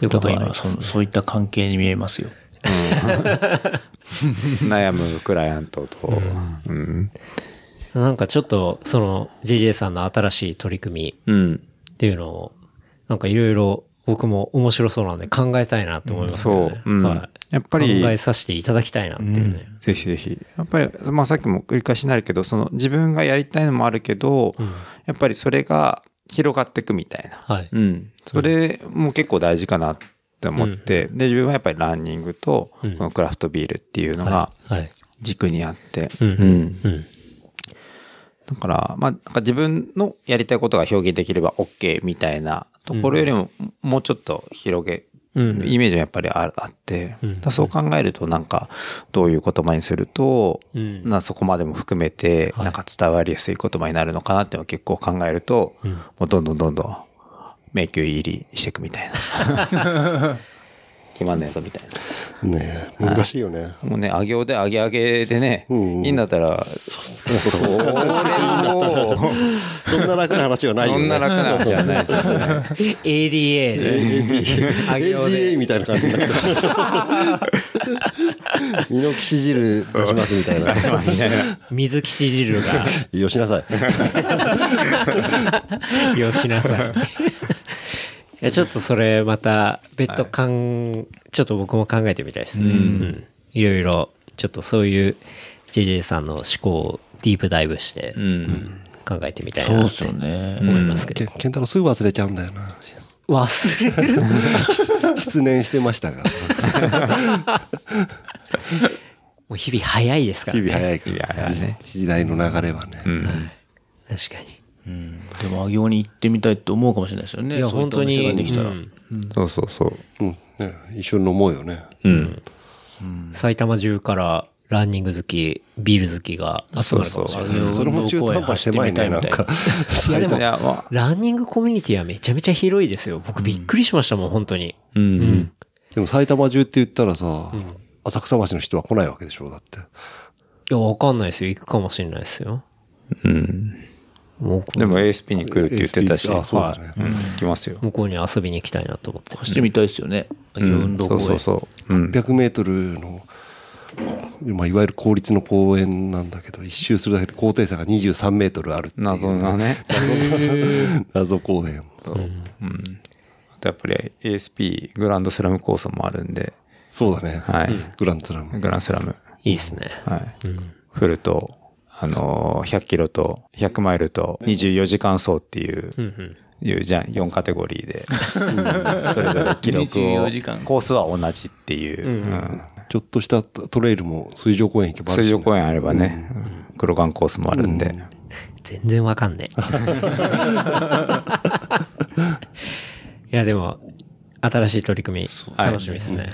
ういうこ
だ
と
か
は
ら
あり
今
ま
そ
す
の、そういった関係に見えますよ。
悩むクライアントと、うん。
なんかちょっと、その、JJ さんの新しい取り組み
うん。
っていうのを、なんかいろいろ僕も面白そうなんで考えたいなと思いますけどね。
そううん
はい、
やっぱり
考えさせていただきたいなっていうね。
ぜひぜひ。やっぱり、まあさっきも繰り返しになるけど、その自分がやりたいのもあるけど、やっぱりそれが広がっていくみたいな。
はい。
うん。それも結構大事かなって思って、で、自分はやっぱりランニングと、こ
うん
のクラフトビールっていうのが
はい。
軸にあって、
うん
うん
うん。
だから、まあ、なんか自分のやりたいことが表現できれば OK みたいなところよりも、もうちょっと広げ、
うん
イメージがやっぱりああって、
うん
だからそう考えるとなんか、どういう言葉にすると、
うん
なそこまでも含めて、
い
なんか伝わりやすい言葉になるのかなっていうのは結構考えると、
うん
もうどんどんどんどん迷宮入りしていくみたいな。 決まんねえぞみたいな。
ねえ難しいよね。
もうね、あげおであげあげでね、
うんうん
いいんだったら、そうそう。俺も、
そんな楽な話はないよ
そ
ね。
んな楽な話じゃ ないですよ ね。
ADA で。あげようで
AGA みたいな感じになった。 ミノキシ汁出しますみたいな。
水岸汁が。
よしなさい。
よしなさい。いや、ちょっとそれまた別途かん、ちょっと僕も考えてみたいですね。うんいろいろ、ちょっとそういう JJ さんの思考をディープダイブして
うん。
考えてみたい
そう
な
で
っ
す
て
よね。
思いますけ
け
ど。
ん健太郎すぐ忘れちゃうんだよな。
忘れる
失念してまし たが。
もう日々早いですから
日
ね。
々早いか
いやい
ら
やね。
時代の流れはね。
うん。
確かに。
うんでも、上尾に行ってみたいって思うかもしれないですよね。
いや、
そうい
本
った
当
お店
に。
ができたら。
うん
そうそうそう。
うん。ね一緒に飲もうよね。
うん。
埼玉中からランニング好き、ビール好きが集まるかもしれない。
そうそう
それも中途半端してまいね、なんか。
いやでも
いや、まあ、
ランニングコミュニティはめちゃめちゃ広いですよ。僕びっくりしましたもん、本当に。
うん。
でも埼玉中って言ったらさ、浅草橋の人は来ないわけでしょ、だって。
いや、わかんないですよ。行くかもしれないですよ。
うん。
もう
でも ASP に来るって言ってたし。
ASP あそうだね
はいうん来ますよ。
向こうに遊びに行きたいなと思って。
走ってみたいですよね。上尾運動
そ
公
う
園。
そうそう。うん。
100メートルの、まあ、いわゆる公立の公園なんだけど、一周するだけで高低差が23メートルあるっていう
謎なね。
謎公園。
そううん。あとやっぱり ASP グランドスラム構想もあるんで、
そうだね。
はい
グランツラム。
グランドスラム。
いいですね。
はい。フルと、あのー、100キロと、100マイルと、24時間走っていう、いうじゃん、4カテゴリーで、それぞれ記録を
24時間、
コースは同じっていう、うん
ちょっとしたトレイルも水上公園行けばある
水
しね
上公園あればね、黒岩コースもあるんで、
全然わかんね え。いや、でも、新しい取り組み、楽しみですね。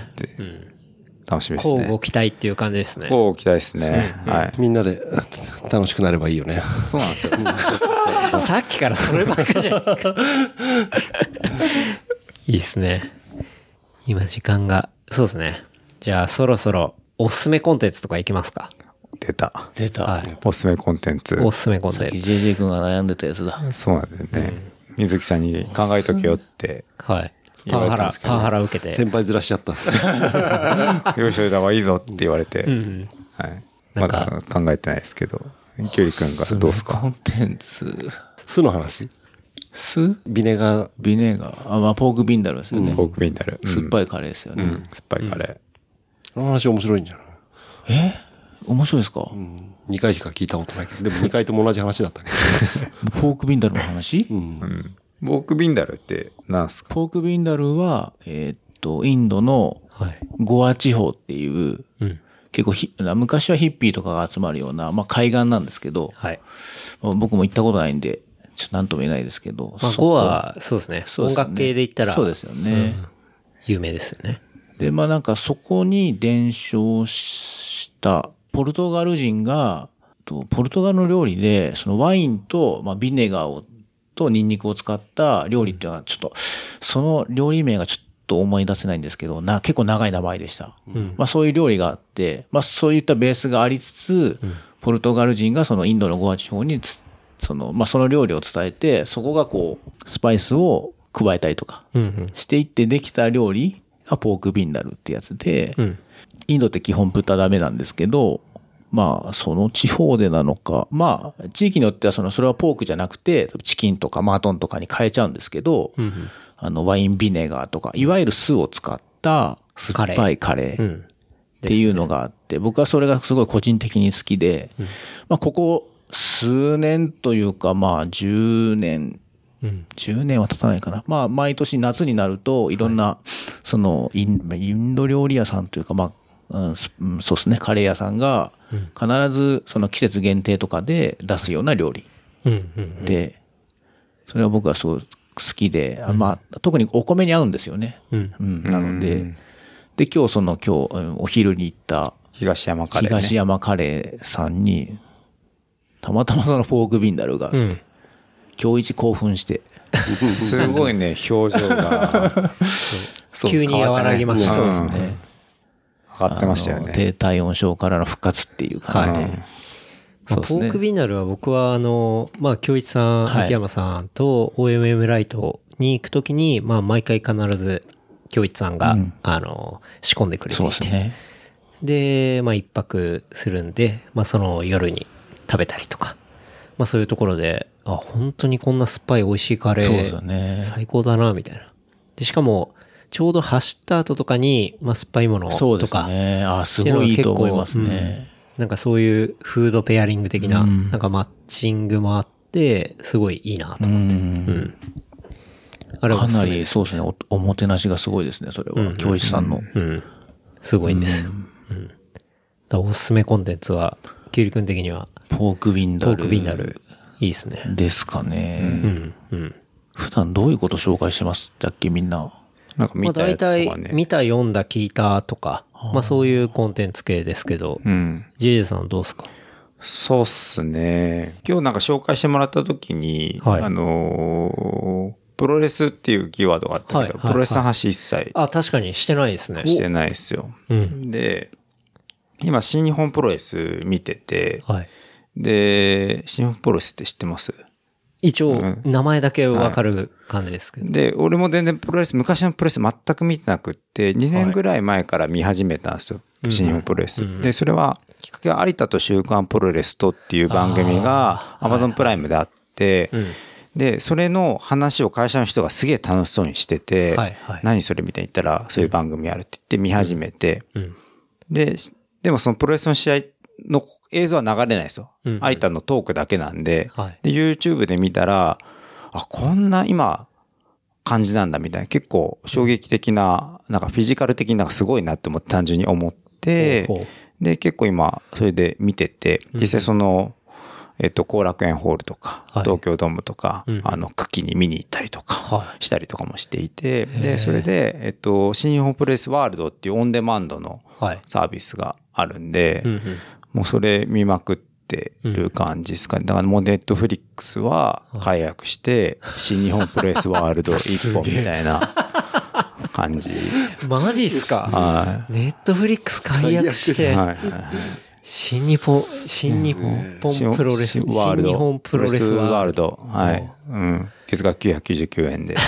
楽しみです
交互
ね。
期待っていう感じですね。
こう期待ですね。はい。
みんなで 楽しくなればいいよね。
そうなんですよ。
さっきからそればっかじゃん。いいっすね。今時間が、そうですね。じゃあそろそろおすすめコンテンツとかいきますか。
出た。
出た。
はい。
おすすめコンテンツ。
おすすめコンテンツ。
JJ 君が悩んでたやつだ。
そうなんだよね。水木さんに考えとけよって、
はい。
言
パ
わ
ワ
れ
ハラ
たんで、すけど
パワハラ受けて。
先輩ずらしちゃった。
よいしょだわいいぞって言われて、
うん
はい。
な
ま
んか
だ考えてないですけど、きゅうりくんがどうす
コ
か
ンテンツ。
酢の話
酢
ビネガー、
ビネガー。あ、まあ、ポークビンダルですよね。
ポークビンダル。
酸っぱいカレーですよね。
うん。酸っぱいカレ
あの話面白いんじゃない
え面白いですか、
2回しか聞いたことないけど、でも2回とも同じ話だったけど。
ポークビンダルの話、
ー。うん。ポークビンダルって何すか
ポークビンダルは、えーっと、インドの
はい。
ゴア地方っていう、
うん。
結構ひ昔はヒッピーとかが集まるような、まあ、海岸なんですけど、
はい。
まあ僕も行ったことないんで、ちょっと何とも言えないですけど。
まあ、
そこ
5は、そうですね。
そう
音
すよね
楽系で言ったら
そう、ですよね。
有名ですよね。
で、まあなんかそこに伝承したポルトガル人が、とポルトガルの料理で、そのワインと、まあ、ビネガーを、とニンニクを使った料理っていうのはちょっと、その料理名がちょっと思い出せないんですけど、な、結構長い名前でした。まあそういう料理があって、まあそういったベースがありつつ、ポルトガル人がそのインドのゴア地方につ、その、まあその料理を伝えて、そこがこう、スパイスを加えたりとか、
うんうん。
していってできた料理がポークビンダルってやつで、
うん。
インドって基本豚ダメなんですけど、まあ、その地方でなのか、まあ、地域によってはその、それはポークじゃなくて、チキンとかマートンとかに変えちゃうんですけど、
うんうん。
あの、ワインビネガーとか、いわゆる酢を使った酸っぱいカレ
う
ーっ
ん。
ていうのがあって、僕はそれがすごい個人的に好きで、まあ、ここ数年というか、まあ、10年、
うん。
10年は経たないかな。まあ、毎年夏になると、いろんな、そのイン、インド料理屋さんというか、まあ、うんすうんそうですね、カレー屋さんが、必ずその季節限定とかで出すような料理
うんうん。
で、それは僕はすごい好きで、あまあ、特にお米に合うんですよね。
うん。
うん、なので、で、今日その今日うん、お昼に行った
東山カレー、ね。
東山カレーさんに、たまたまそのフォークビンダルが、
うん。
今日一興奮して、
すごいね、表情 が。そう
急に和らぎました
変わった
そう
ね
ですね。
うん上がってましたよ
あの
ね。
低体温症からの復活っていう感じで。
まあ
そうです
ポー
ね
ク。ビナルは僕はあの、まあ、京一さん、
はい
秋山さんと OMM ライトに行くときに、まあ、毎回必ず京一さんが、
うん
あの、仕込んでくれて
そう
い
です
て。
ね。
で、まあ、一泊するんで、まあ、その夜に食べたりとか、まあ、そういうところで、あ、本当にこんな酸っぱい美味しいカレ
そうですよ
ー、
ね。
最高だな、みたいな。で、しかも、ちょうど走った後とかに、まあ、酸っぱいもの
そうで
と
す
か、
ね。あ、すごいいいと思います
っていうのが結
ね。
なんかそういうフードペアリング的な、
うん
なんかマッチングもあっって、すごいいいなと
う
思って。うんん。あれは
か
おす
な
すめで
り、
す
そうですねお、おもてなしがすごいですね、それは。教師さんの。
うん。すごいんですよ。うん。だからおすすめコンテンツは、キリ君的には、
ポークビンダ
トー
ル。
クビになる。いいですね。
ですかね。
うん。うん。
普段どういうこと紹介してますだっけ、みんな。
なんか
まあ
見たや
大
つとか
体、
ね。
見た、読んだ、聞いたとか、まあそういうコンテンツ系ですけど、
うん。
ジェイジさんどうですか
そうっすね。今日なんか紹介してもらった時に、
はい
あのープロレスっていうキーワードがあったけど、
はいはい
プロレスの話一切
あ、確かにしてないですね。
してないですよ。
うん。
で、今、新日本プロレス見てて、
はい。
で、新日本プロレスって知ってます
一
う
応
ん、
名前だけわかる感じですけど。
で、俺も全然プロレス、昔のプロレス全く見てなくって、2年ぐらい前から見始めたんですよ。新日本プロレス。で、それは、きっかけは有田と週刊プロレスとっていう番組が Amazon プライムであって、で、それの話を会社の人がすげえ楽しそうにしてて、
はいはい
何それみたいに言ったら、そういう番組あるって言って見始めて、
うん。
で、しでもそのプロレスの試合の映像は流れないですよ。
うんうん
有田のトークだけなんで、
はい
で、YouTube で見たら、あ、こんな今、感じなんだみたいな、結構衝撃的な、なんかフィジカル的な、すごいなって思って単純に思って
ほうほ、
で、結構今、それで見てて、実際その、えっと、後楽園ホールとか、
はい
東京ドームとか、
うん
あの、久喜に見に行ったりとか、
は
したりとかもしていて、で、それで、えっと、新日本プロレスワールドっていうオンデマンドの
はい。
サービスがあるんで、
うんうん。
もうそれ見まくってる感じですかね。だからもうネットフリックスは解約して、新日本プロレスワールド一本みた いな感じ。
マジっすか
は
ネットフリックス解約し
い。
て、
はい。
新日本、新日本プロレス、
新
新
ワールド
日本プロレス
ワール
ド。
ド。はい。うん。月額999円で、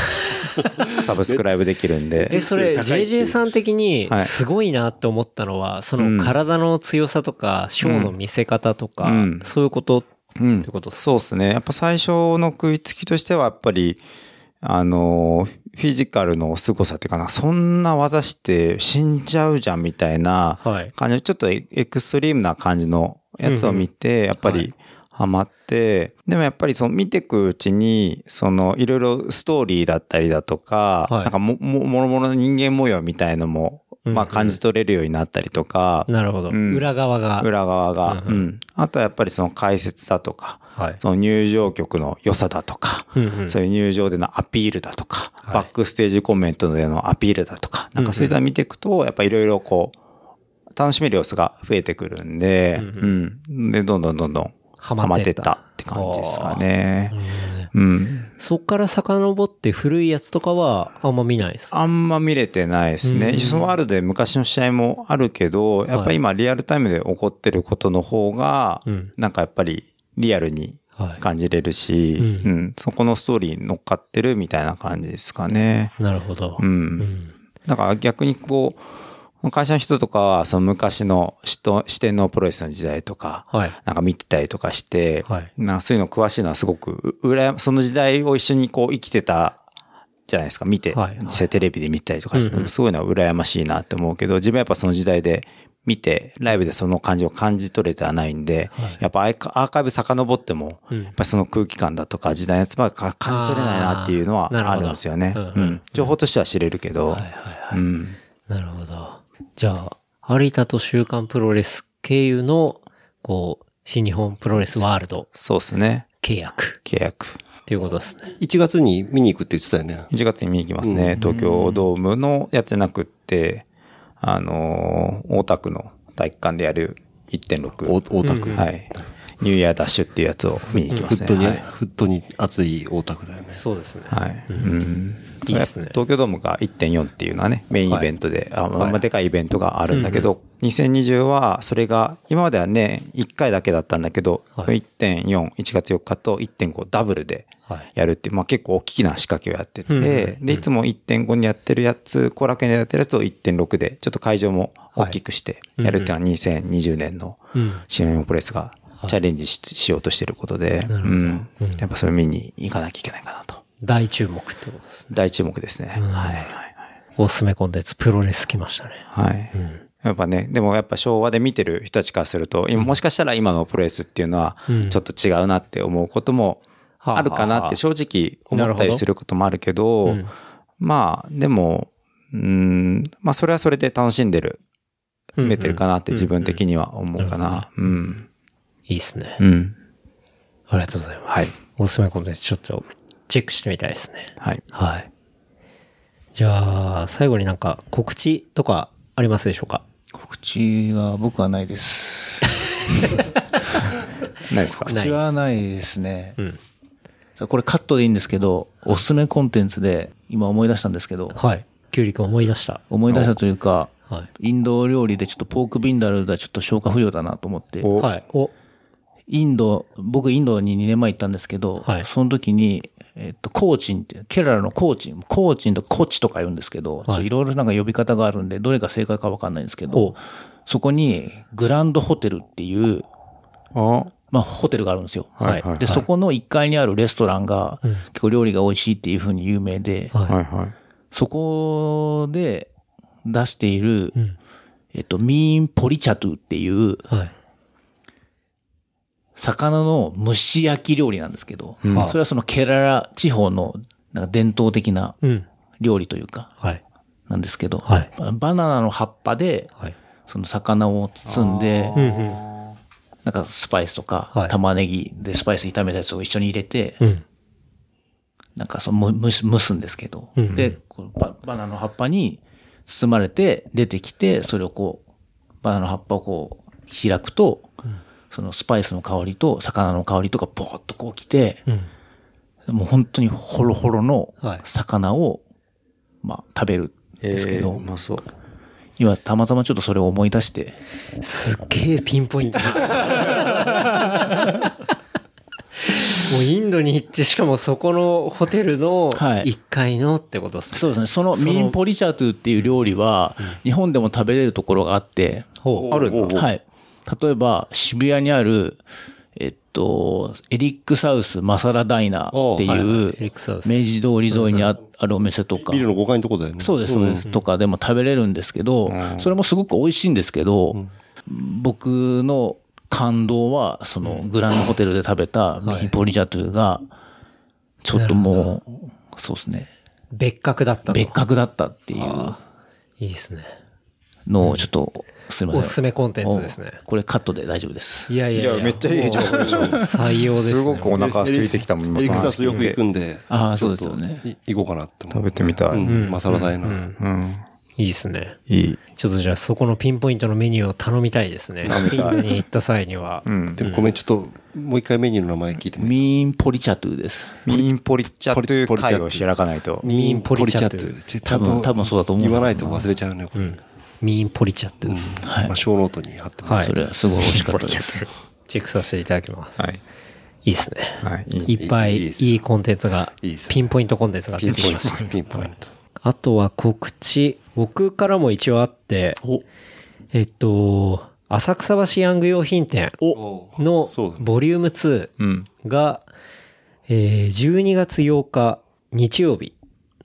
サブスクライブできるんで。
え、それ、
高いっていう
JJ さん的に
はい
すごいなって思ったのは、そうの
ん
体の強さとか、ショーの見せ方とか
うん、
そういうこと
う
っ
ん
て。ことっす
そうですね。やっぱ最初の食いつきとしては、やっぱり、あの、フィジカルの凄さっていうかな、そんな技して死んじゃうじゃんみたいな
はい
感じの、ちょっとエエクストリームな感じのやつを見て、やっぱりハマって、でもやっぱりその見ていくうちに、そのいろいろストーリーだったりだとか、
はい
なんかも、も、もろもろの人間模様みたいのも、まあ感じ取れるようになったりとか、
なるほど。
うん
裏側が。
裏側が、うん。あとはやっぱりその解説だとか、
はい。
その入場曲の良さだとか、
うんうん
そういう入場でのアピールだとか、
はい
バックステージコメントでのアピールだとか、なんかそういったの見ていくと、やっぱいろいろこう、楽しめる要素が増えてくるんで、うん、で、どんどんどんどん、
ハマってった
ハマってったって感じですかね。うん。
そっから遡って古いやつとかはあんま見ないです。
あんま見れてないですね。
うん
そのワールドで昔の試合もあるけど、やっぱり今リアルタイムで起こってることの方が、
うん
なんかやっぱりリアルに
はい。
感じれるし、
う
うんんそこのストーリーに乗っかってるみたいな感じですかね。
なるほど。
う。
うんん。
だから逆にこう、会社の人とかは、その昔の視と視点のプロレスの時代とか、
はい。
なんか見てたりとかして、
はい
なんかそういうの詳しいのはすごく、うらやその時代を一緒にこう生きてたじゃないですか、見て、
はい
実際テレビで見たりとか、
うんうん
そういうのは羨ましいなって思うけど、自分はやっぱその時代で見て、ライブでその感じを感じ取れてはないんで、
はい
やっぱアーカアーカイブ遡っても、
うん
やっぱその空気感だとか時代のやつばっか感じ取れないなっていうのは
あーなるほ
あ
ど
るんですよね。
う
うん
うん
ん情報としては知れるけど、
はいはいはい。
うん。
なるほど。じゃあ、有田と週刊プロレス経由の、こう、新日本プロレスワールド
そうですね。
契約
契約。
っていうことですね。
1月に見に行くって言ってたよね。
1月に見に行きますね。東京ドームのやつじゃなくって、あのー大田区の体育館でやる
お
1.6。
大田区。
はい。ニューイヤーダッシュっていうやつを見に行きま
フ
すね。
ットに、
はい。
フットに熱い大田区だよね。
そうですね。
はいうん
いいっすね
東京ドームが1.4っていうのはね、メインイベントで、あまあ
はい
まあでかいイベントがあるんだけど、2020はそれが、今まではね、1回だけだったんだけど、
はい
1.4、1月4日と1.5ダブルで
はい。
やるっていう、まあ結構大きな仕掛けをやってて、
うんうんうん
で、いつも1.5にやってるやつ、後楽園でやってるやつを1.6で、ちょっと会場も大きくしてやるっていうのは2020年の
うん。
新日本プロレスがチャレンジし,、ようとしてることで、
なるほど
うん
うん
やっぱそれ見に行かなきゃいけないかなと。
大注目ってことですね。
大注目ですね。はいはい
おすすめコンテンツ、プロレス来ましたね。
はい。はいやっぱね、でもやっぱ昭和で見てる人たちからすると、今もしかしたら今のプロレスっていうのは
うん
ちょっと違うなって思うことも
はあ
あるかなって正直思ったりすることもあるけど、
うん
まあ、でも、うん、まあ、それはそれで楽しんでる、
うんうん
見えてるかなって自分的には思うかな。うん。
いいっすね。
うん。
ありがとうございます。
はい。
おすすめコンテンツちょっとチェックしてみたいですね。
はい。
はい。じゃあ、最後になんか告知とかありますでしょうか
告知は僕はないです。
ないですか
告知はないですね。
ん
さあこれカットでいいんですけど、おすすめコンテンツで今思い出したんですけど、
はい。キュウリ君思い出した。
思い出したというか、
は
インド料理でちょっとポークビンダルーではちょっと消化不良だなと思って、
い。
お
はい。お、
インド、僕インドに2年前行ったんですけど、
はい
その時に、えっと、コーチンって、ケララのコーチン、コーチンとかコチとか言うんですけど、ちょっといろいろなんか呼び方があるんで、どれが正解かわかんないんですけ
お
ど、そこにグランドホテルっていう、
お
まあ、ホテルがあるんですよ。
はい。
はい
で、そこの1階にあるレストランが、結構料理が美味しいっていう風に有名で、
は
はいはい。
そこで出している、
うん
えっと、ミーンポリチャトゥっていう、
い。はい。
魚の蒸し焼き料理なんですけど、
ん
それはそのケララ地方のなんか伝統的な
うん。
料理というか、
はい。
なんですけど、
はい
ババナナの葉っぱで、
はい。
その魚を包んで、
うんうん。
なんかスパイスと
は
か
い、
玉ねぎでスパイス炒めたやつを一緒に入れて、
うん。
なんかその、む蒸す、蒸すんですけど、
うん
で、このババナナの葉っぱに包まれて出てきて、それをこう、バナナの葉っぱをこう、開くと、そのスパイスの香りと魚の香りとかボーっとこう来て、
うん。
もう本当にホロホロの
はい
魚を、まあ食べるんですけど、
まそう。
今たまたまちょっとそれを思い出して、
すっげえピン ポイント。もうインドに行って、しかもそこのホテルの
はい
1階のってことっすね。
そうですね、その
その
ミーンポリチャートゥっていう料理は、日本でも食べれるところがあって、
ほう。
あるんだ。
はい。例えば、渋谷にある、えっと、エリックサウスマサラダイナーってい
おうはいは
う
い、エリックサウス
明治通り沿いにああるお店とか
ビ、ルの5階のとこだよね。
そうです、そうです、とかでも食べれるんですけど、それもすごく美味しいんですけど、僕の感動は、そのグランドホテルで食べたミ
はい
ニポリジャトゥが、ちょっともう、そうですね、
別格だったと。
別格だったっていう
いいですね。
のをちょっと、すいません。
おすすめコンテンツですね
おこれカットで大丈夫です。
いやいや
いやめっちゃいい情報でしょ
もう採用です、ね。
すごくお腹空いてきたもん、今
エリクサ
話
スよく行くんで、
ああ、そうですよね。
い行こうかなって思
食
う。
べてみた
う
い。
ん、マサラダイナー。
うん。
いいですね。
いい。
ちょっとじゃあそこのピンポイントのメニューを頼みたいですね。インドに行った際には。
うん。
でもごめん、ちょっと、もう一回メニューの名前聞いてもいい
ミーンポリチャトゥです。
ミーンポリッチャという
ポリポリチャ
会
トゥ
を開かないと。
ミーンポリチャット
ミーンポリ。
多分、多分そうだと思う。
言わないと忘れちゃうね、これ。
ミーンポリチャって、
はい
まあ、小ノートに貼ってます。
はい
それはすごい美味しかったです。
チェックさせていただきます。
はい。
いいですね。
はい。いい。
いっぱい
いいです
いいコンテンツが
いいです、
ピンポイントコンテンツが
ピ
出
ン
て
ポイ
き
ン
ました。
ト。ピンポイント。
あとは告知。僕からも一応あって、えっと、浅草橋ヤング用品店の
そうだね
ボリューム2
うん。
が、えー12月8日日曜日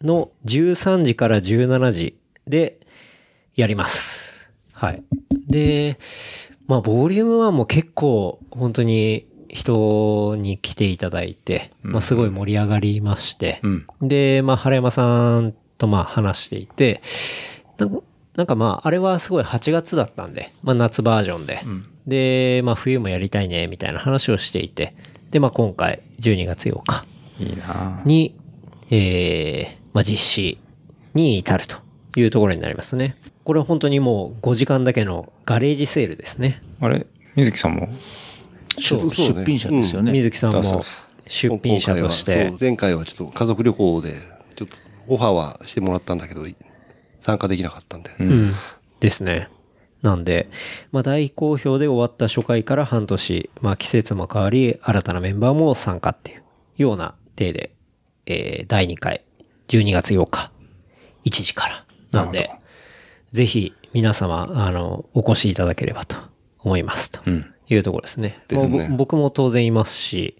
の13時から17時でやります。はい。で、まあ、ボリューム1も結構本当に人に来ていただいて、まあ、すごい盛り上がりまして、
うん。
で、まあ、原山さんとまあ話していて、なんなんかまあ、あれはすごい8月だったんで、まあ夏バージョンで、で、まあ冬もやりたいね、みたいな話をしていて、で、まあ今回12月8日
いいな
に、えー、まあ実施に至るというところになりますね。これは本当にもう5時間だけのガレージセールですね。
あれ水木さんも
出
そうそうね
出品者ですよね。
水木さん
だそう
も
です
出品者とし
今回は
て
そう。前回はちょっと家族旅行で、ちょっとオファーはしてもらったんだけど、参加できなかったんで。
うん。ですね。なんで、まあ、大好評で終わった初回から半年、まあ、季節も変わり、新たなメンバーも参加っていうような体で、えー第2回、12月8日、1時から。なんで、ぜひ皆様、あの、お越しいただければと思います。というところですね。
ですね
まあぼ僕も当然いますし、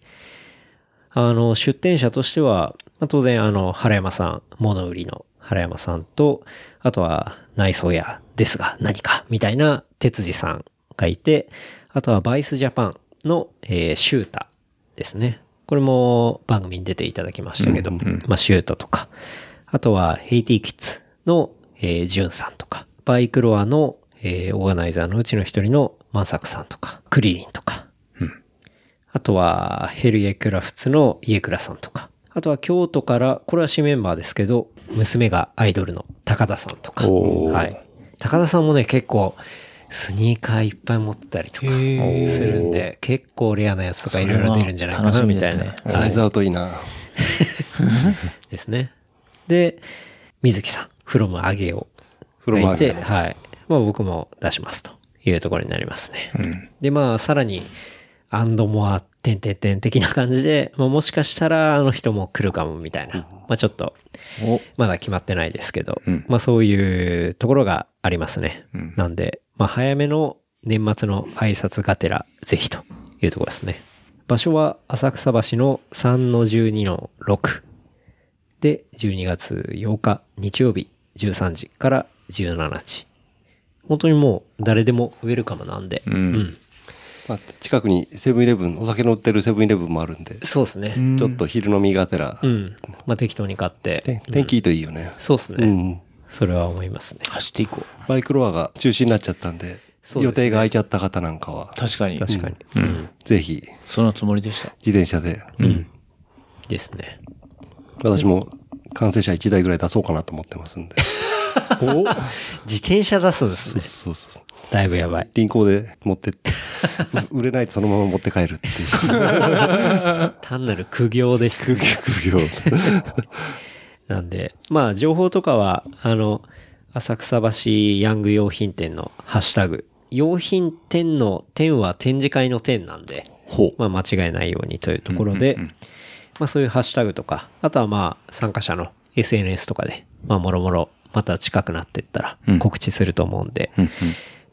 あの、出店者としては、まあ当然、あの、原山さん、物売りの原山さんと、あとは、内装屋ですが何か、みたいな哲司さんがいて、あとは、バイスジャパンの、えー、シュータですね。これも番組に出ていただきましたけど、まあ、シュートとか、あとはヘイティキッズの、えー、ジュンさんとか、バイクロアの、えー、オーガナイザーのうちの一人の万作さんとか、クリリンとか、あとはヘルイエクラフツのイエクラさんとか、あとは京都から、これは新メンバーですけど、娘がアイドルの高田さんとか、はい。高田さんもね、結構、スニーカーいっぱい持ってたりとかするんで、結構レアなやつとかいろいろ出るんじゃないかな、
それは楽し
み
み
た
です
い
ね
な。
サイズアウトいいな。
ですね。で、水木さん、フロム上げを。フロム上げ。はい。まあ僕も出しますというところになりますね。で、まあさらに、アンドモア、てんてんてん的な感じで、まあもしかしたらあの人も来るかもみたいな。まあちょっと、まだ決まってないですけど、まあそういうところがありますね。なんで、まあ早めの年末の挨拶がてら、ぜひというところですね。場所は浅草橋の3の12の6。で、12月8日日曜日13時から17時。本当にもう誰でもウェルカムなんで。うん
まあ、近くにセブンイレブン、お酒の売ってるセブンイレブンもあるんで、
そうですね。
ちょっと昼飲みがてら、
うん。まあ適当に買って
天。天気いいといいよね。
そうです
う
ね、
ん。
それは思いますね。
走っていこう。
バイクロアが中止になっちゃったんで、
そうですね
予定が空いちゃった方なんかは、
確かに。
確かに。うん
ぜひ
そのつもりでした。
自転車で、
ですね。
私も完成車1台ぐらい出そうかなと思ってますんで。
自転車出すんですね。
そうそう。
だいぶやばい。
輪行で持って って、う売れないとそのまま持って帰るって いう。
単なる苦行です、ね。
副 業。
なんで、まあ、情報とかは、あの、浅草橋ヤング用品店のハッシュタグ、用品店の店は展示会の店なんで、まあ、間違えないようにというところで、まあ、そういうハッシュタグとか、あとはまあ、参加者の SNS とかで、まあ、もろもろ、また近くなっていったら告知すると思うんで、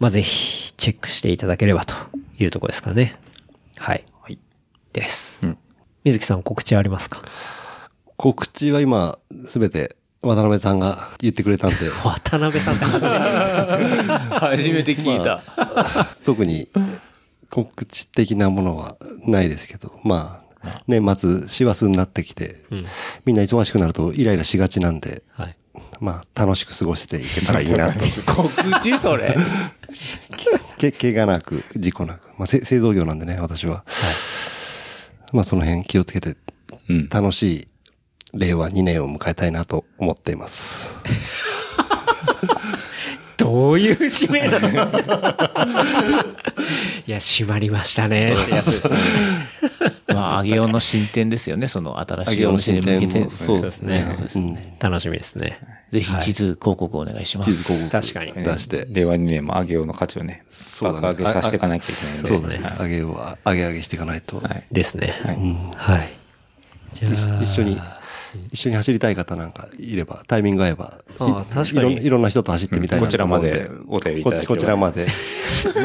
まあ、ぜひ、チェックしていただければというところですかね。はい。です。水木さん告知ありますか
告知は今、すべて渡辺さんが言ってくれたん で、
渡辺さんって 初めて
初めて聞いた。
特に告知的なものはないですけど、まあ、年末、師走になってきて、みんな忙しくなるとイライラしがちなんで、
はい。
まあ、楽しく過ごしていけたらいい なと。
告知それ。
け、怪我なく、事故なく。まあ、せ製造業なんでね、私は。まあ、その辺気をつけて、
うん
楽しい令和2年を迎えたいなと思っています。
どういう締めなの いや、締まりましたねってやつですね。
まあ、揚げよの進展ですよね。その新しいお店に向けて。
そうですね。うん
楽しみですね。
ぜひ地図広告お願いしま
地図
す。
広告
確かに。
出して、
令和2年も上げようの価値をね、
そうだ
爆
ね
上げさせていかなきゃいけないん
そ
で。
うだね。上げを、上げ上げしていかないと。
はい。
ですね。
うん
はい。じゃあ、
一緒に、一緒に走りたい方なんかいれば、タイミング合えば、い
あー確かに
いろんいろんな人と走ってみたいな
こちらま
と
で
思うん
お便りいた
こ
だければ
っち、こちら まで。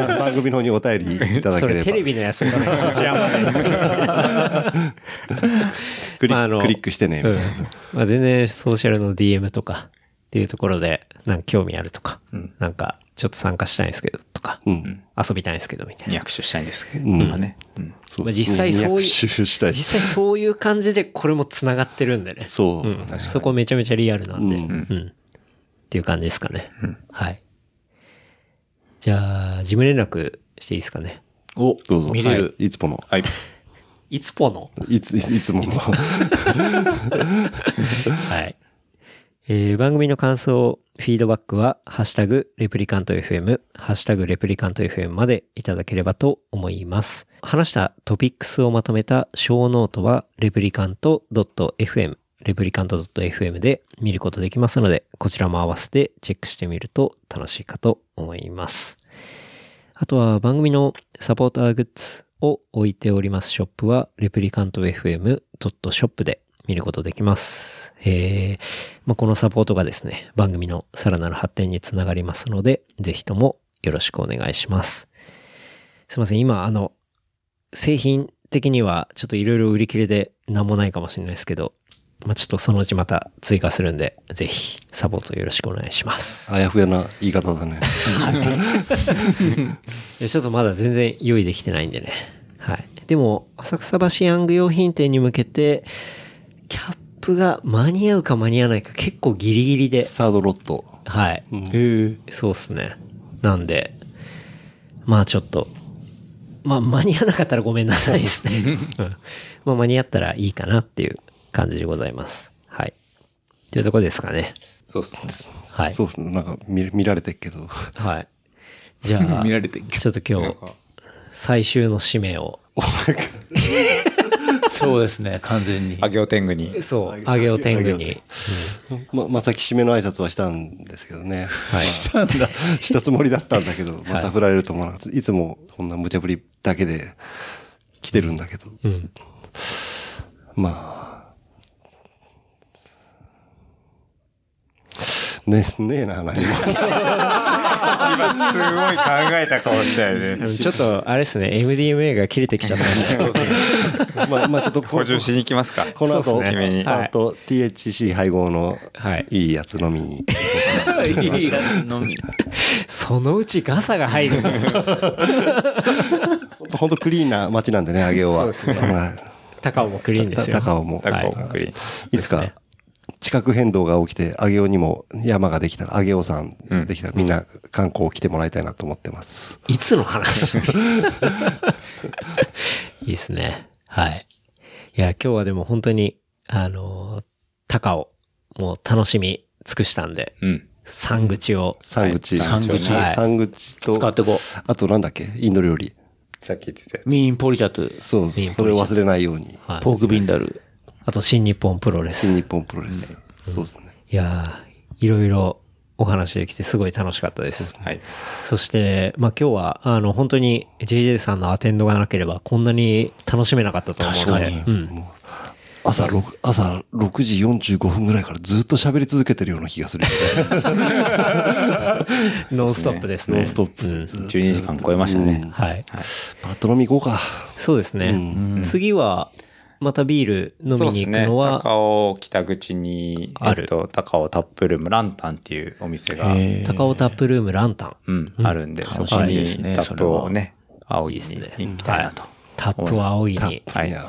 ま番組の方にお便りいただ
そ
けれ
れテ
ば。
レビのやつだねこちらまで。
クリ
まああの
クリックしてね、みた
う
い
ん
な。
まあ、全然ソーシャルの DM とかっていうところで、なんか興味あるとか、なんかちょっと参加したいんですけどとか、
うん
遊びたいんですけどみたいな。
200周したいんですけどね。うん
まあ、実際そういう、
200周したい
実際そういう感じでこれも繋がってるんでね。
そう
うんそこめちゃめちゃリアルなんで、う
うんん
っていう感じですかね。はい。じゃあ、事務連絡していいですかね。
お、
どうぞ。
見れる。
はい。いつもの。
はい。
いつぽの
いつ、いついつもの。
はい。えー番組の感想、フィードバックは、ハッシュタグ、レプリカント FM、ハッシュタグ、レプリカント FM までいただければと思います。話したトピックスをまとめた小ノートは、レプリカント .fm、レプリカント .fm で見ることできますので、こちらも合わせてチェックしてみると楽しいかと思います。あとは番組のサポーターグッズを置いておりますショップは、レプリカント FM.shop で見ることできます。えーまあ、このサポートがですね、番組のさらなる発展につながりますので、ぜひともよろしくお願いします。すいません、今、あの、製品的にはちょっといろいろ売り切れで何もないかもしれないですけど、まあ、ちょっとそのうちまた追加するんで、ぜひサポートよろしくお願いします。
あやふやな言い方だね。
いやちょっとまだ全然用意できてないんでね。はい。でも、浅草橋ヤング用品店に向けて、キャップが間に合うか間に合わないか結構ギリギリで。
サードロット。
はい。
へえ。
そうっすね。なんで、まあちょっと、まあ間に合わなかったらごめんなさいですね。 うんまあ間に合ったらいいかなっていう感じでございます。はい。というとこですかね。
そうですね。
はい
そうですね。なんか見見られてるけど。
はい。じゃあ、
見られてる
ちょっと今日、最終の使命を、
そうですね、完全に。
あげお天狗に。
そう、あげお天狗に。
ま、まさき締めの挨拶はしたんですけどね。したんだ。したつもりだったんだけど、また振られると思わなかった。いつもこんな無茶ぶりだけで来てるんだけど。
うん。
まあ。ね、ねえな、何も。
すごい考えた顔したよね。
ちょっと、あれですね、MDMA が切れてきちゃったんで。
まあ、まあちょっとこ
補充しに行きますか。
この後、
そうですね君に
はい
あと THC 配合の
はい
いいやつ飲みに。
いいやつのみ。
そのうちガサが入る。
ほんとクリーンな街なんでね、上尾は。
そうですね
はい
高尾もクリーンですよ。
高尾も。
高尾クリーン
いつか、地殻変動が起きて、上尾にも山ができたら、上尾山できたら、みんな観光来てもらいたいなと思ってます。
いつの話いいですね。はい。いや、今日はでも本当に、あのー高尾、もう楽しみ尽くしたんで、
うん。
山口を、
山口。
山口
はい山口
使っ
と、
てこ
あとなんだっけインド料理。
さっき言ってたや
う。ミーンポリチャトゥ、
そう、それを忘れないように。
はい
ポークビンダル。
あと新日本プロレ
新
ス。
日
い
本プロレス。そうですね。
やーいろいろお話できてすごい楽しかったです。
つ。はい。
そして、まあ今日は、あの、本当に JJ さんのアテンドがなければ、こんなに楽しめなかったと思うので、うん。
朝6、朝6時45分ぐらいからずっと喋り続けてるような気がする。
ノンストップですね。
ノンストップでずっと。
12時間超えましたね。
はい。
パッと飲み行こうか。
そうですね。次は、またビール飲みに行くのは、
高尾北口に、
ある
えっと、高尾タップルームランタンっていうお店が、
高尾タップルームランタン。
うん、あるんで、そ
楽し
こ
み
に
ですね
タップをね、青い
いい
に
ですね。
行きたいなと
は。タップは青いに。
はい。
い
止
や、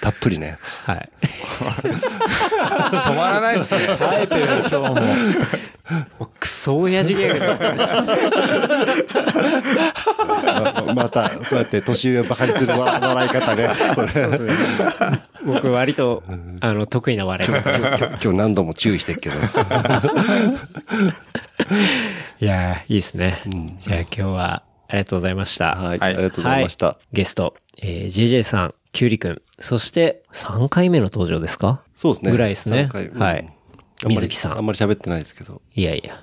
たっぷりね。
はい。
まらないっ すね。
あえて今日も。
もうクソ親父ギャグですからね。
ま また、そうやって年上ばかりする わ笑い方ね。それ
そうですね 僕割と、あの、得意な笑い方です。
今日今日何度も注意してるけど。
いやーいいですね。じゃあ今日は、ありがとうございました。
はい、ありがとうございました。
はゲスト、えー、JJ さん、キュウリくん、そして3回目の登場ですか
そうですね。
ぐらいですね
三。回うん
はい。
あんま
水
り
木さ
あ
ん
ん。まり喋ってないですけ ど、
いやいや、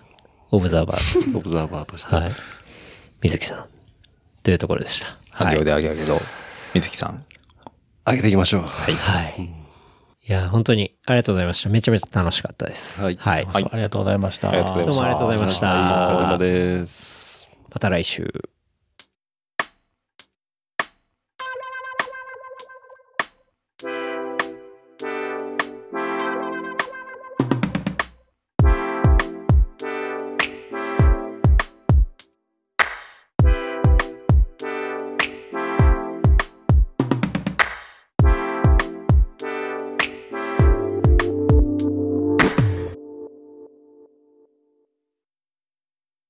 オブザーバー。
オブザーバーとして。
はい。水木さん。というところでした。
ハ
はい。
であげあげど、水木さん。
上げていきましょう。
はい。いや、本当にありがとうございました。めちゃめちゃ楽しかったです。
はい
はい。
ありがとうございました。
ありがとう
どう
ございました
もありがとうございまし
はいお疲れ
た。
様です。
また来週。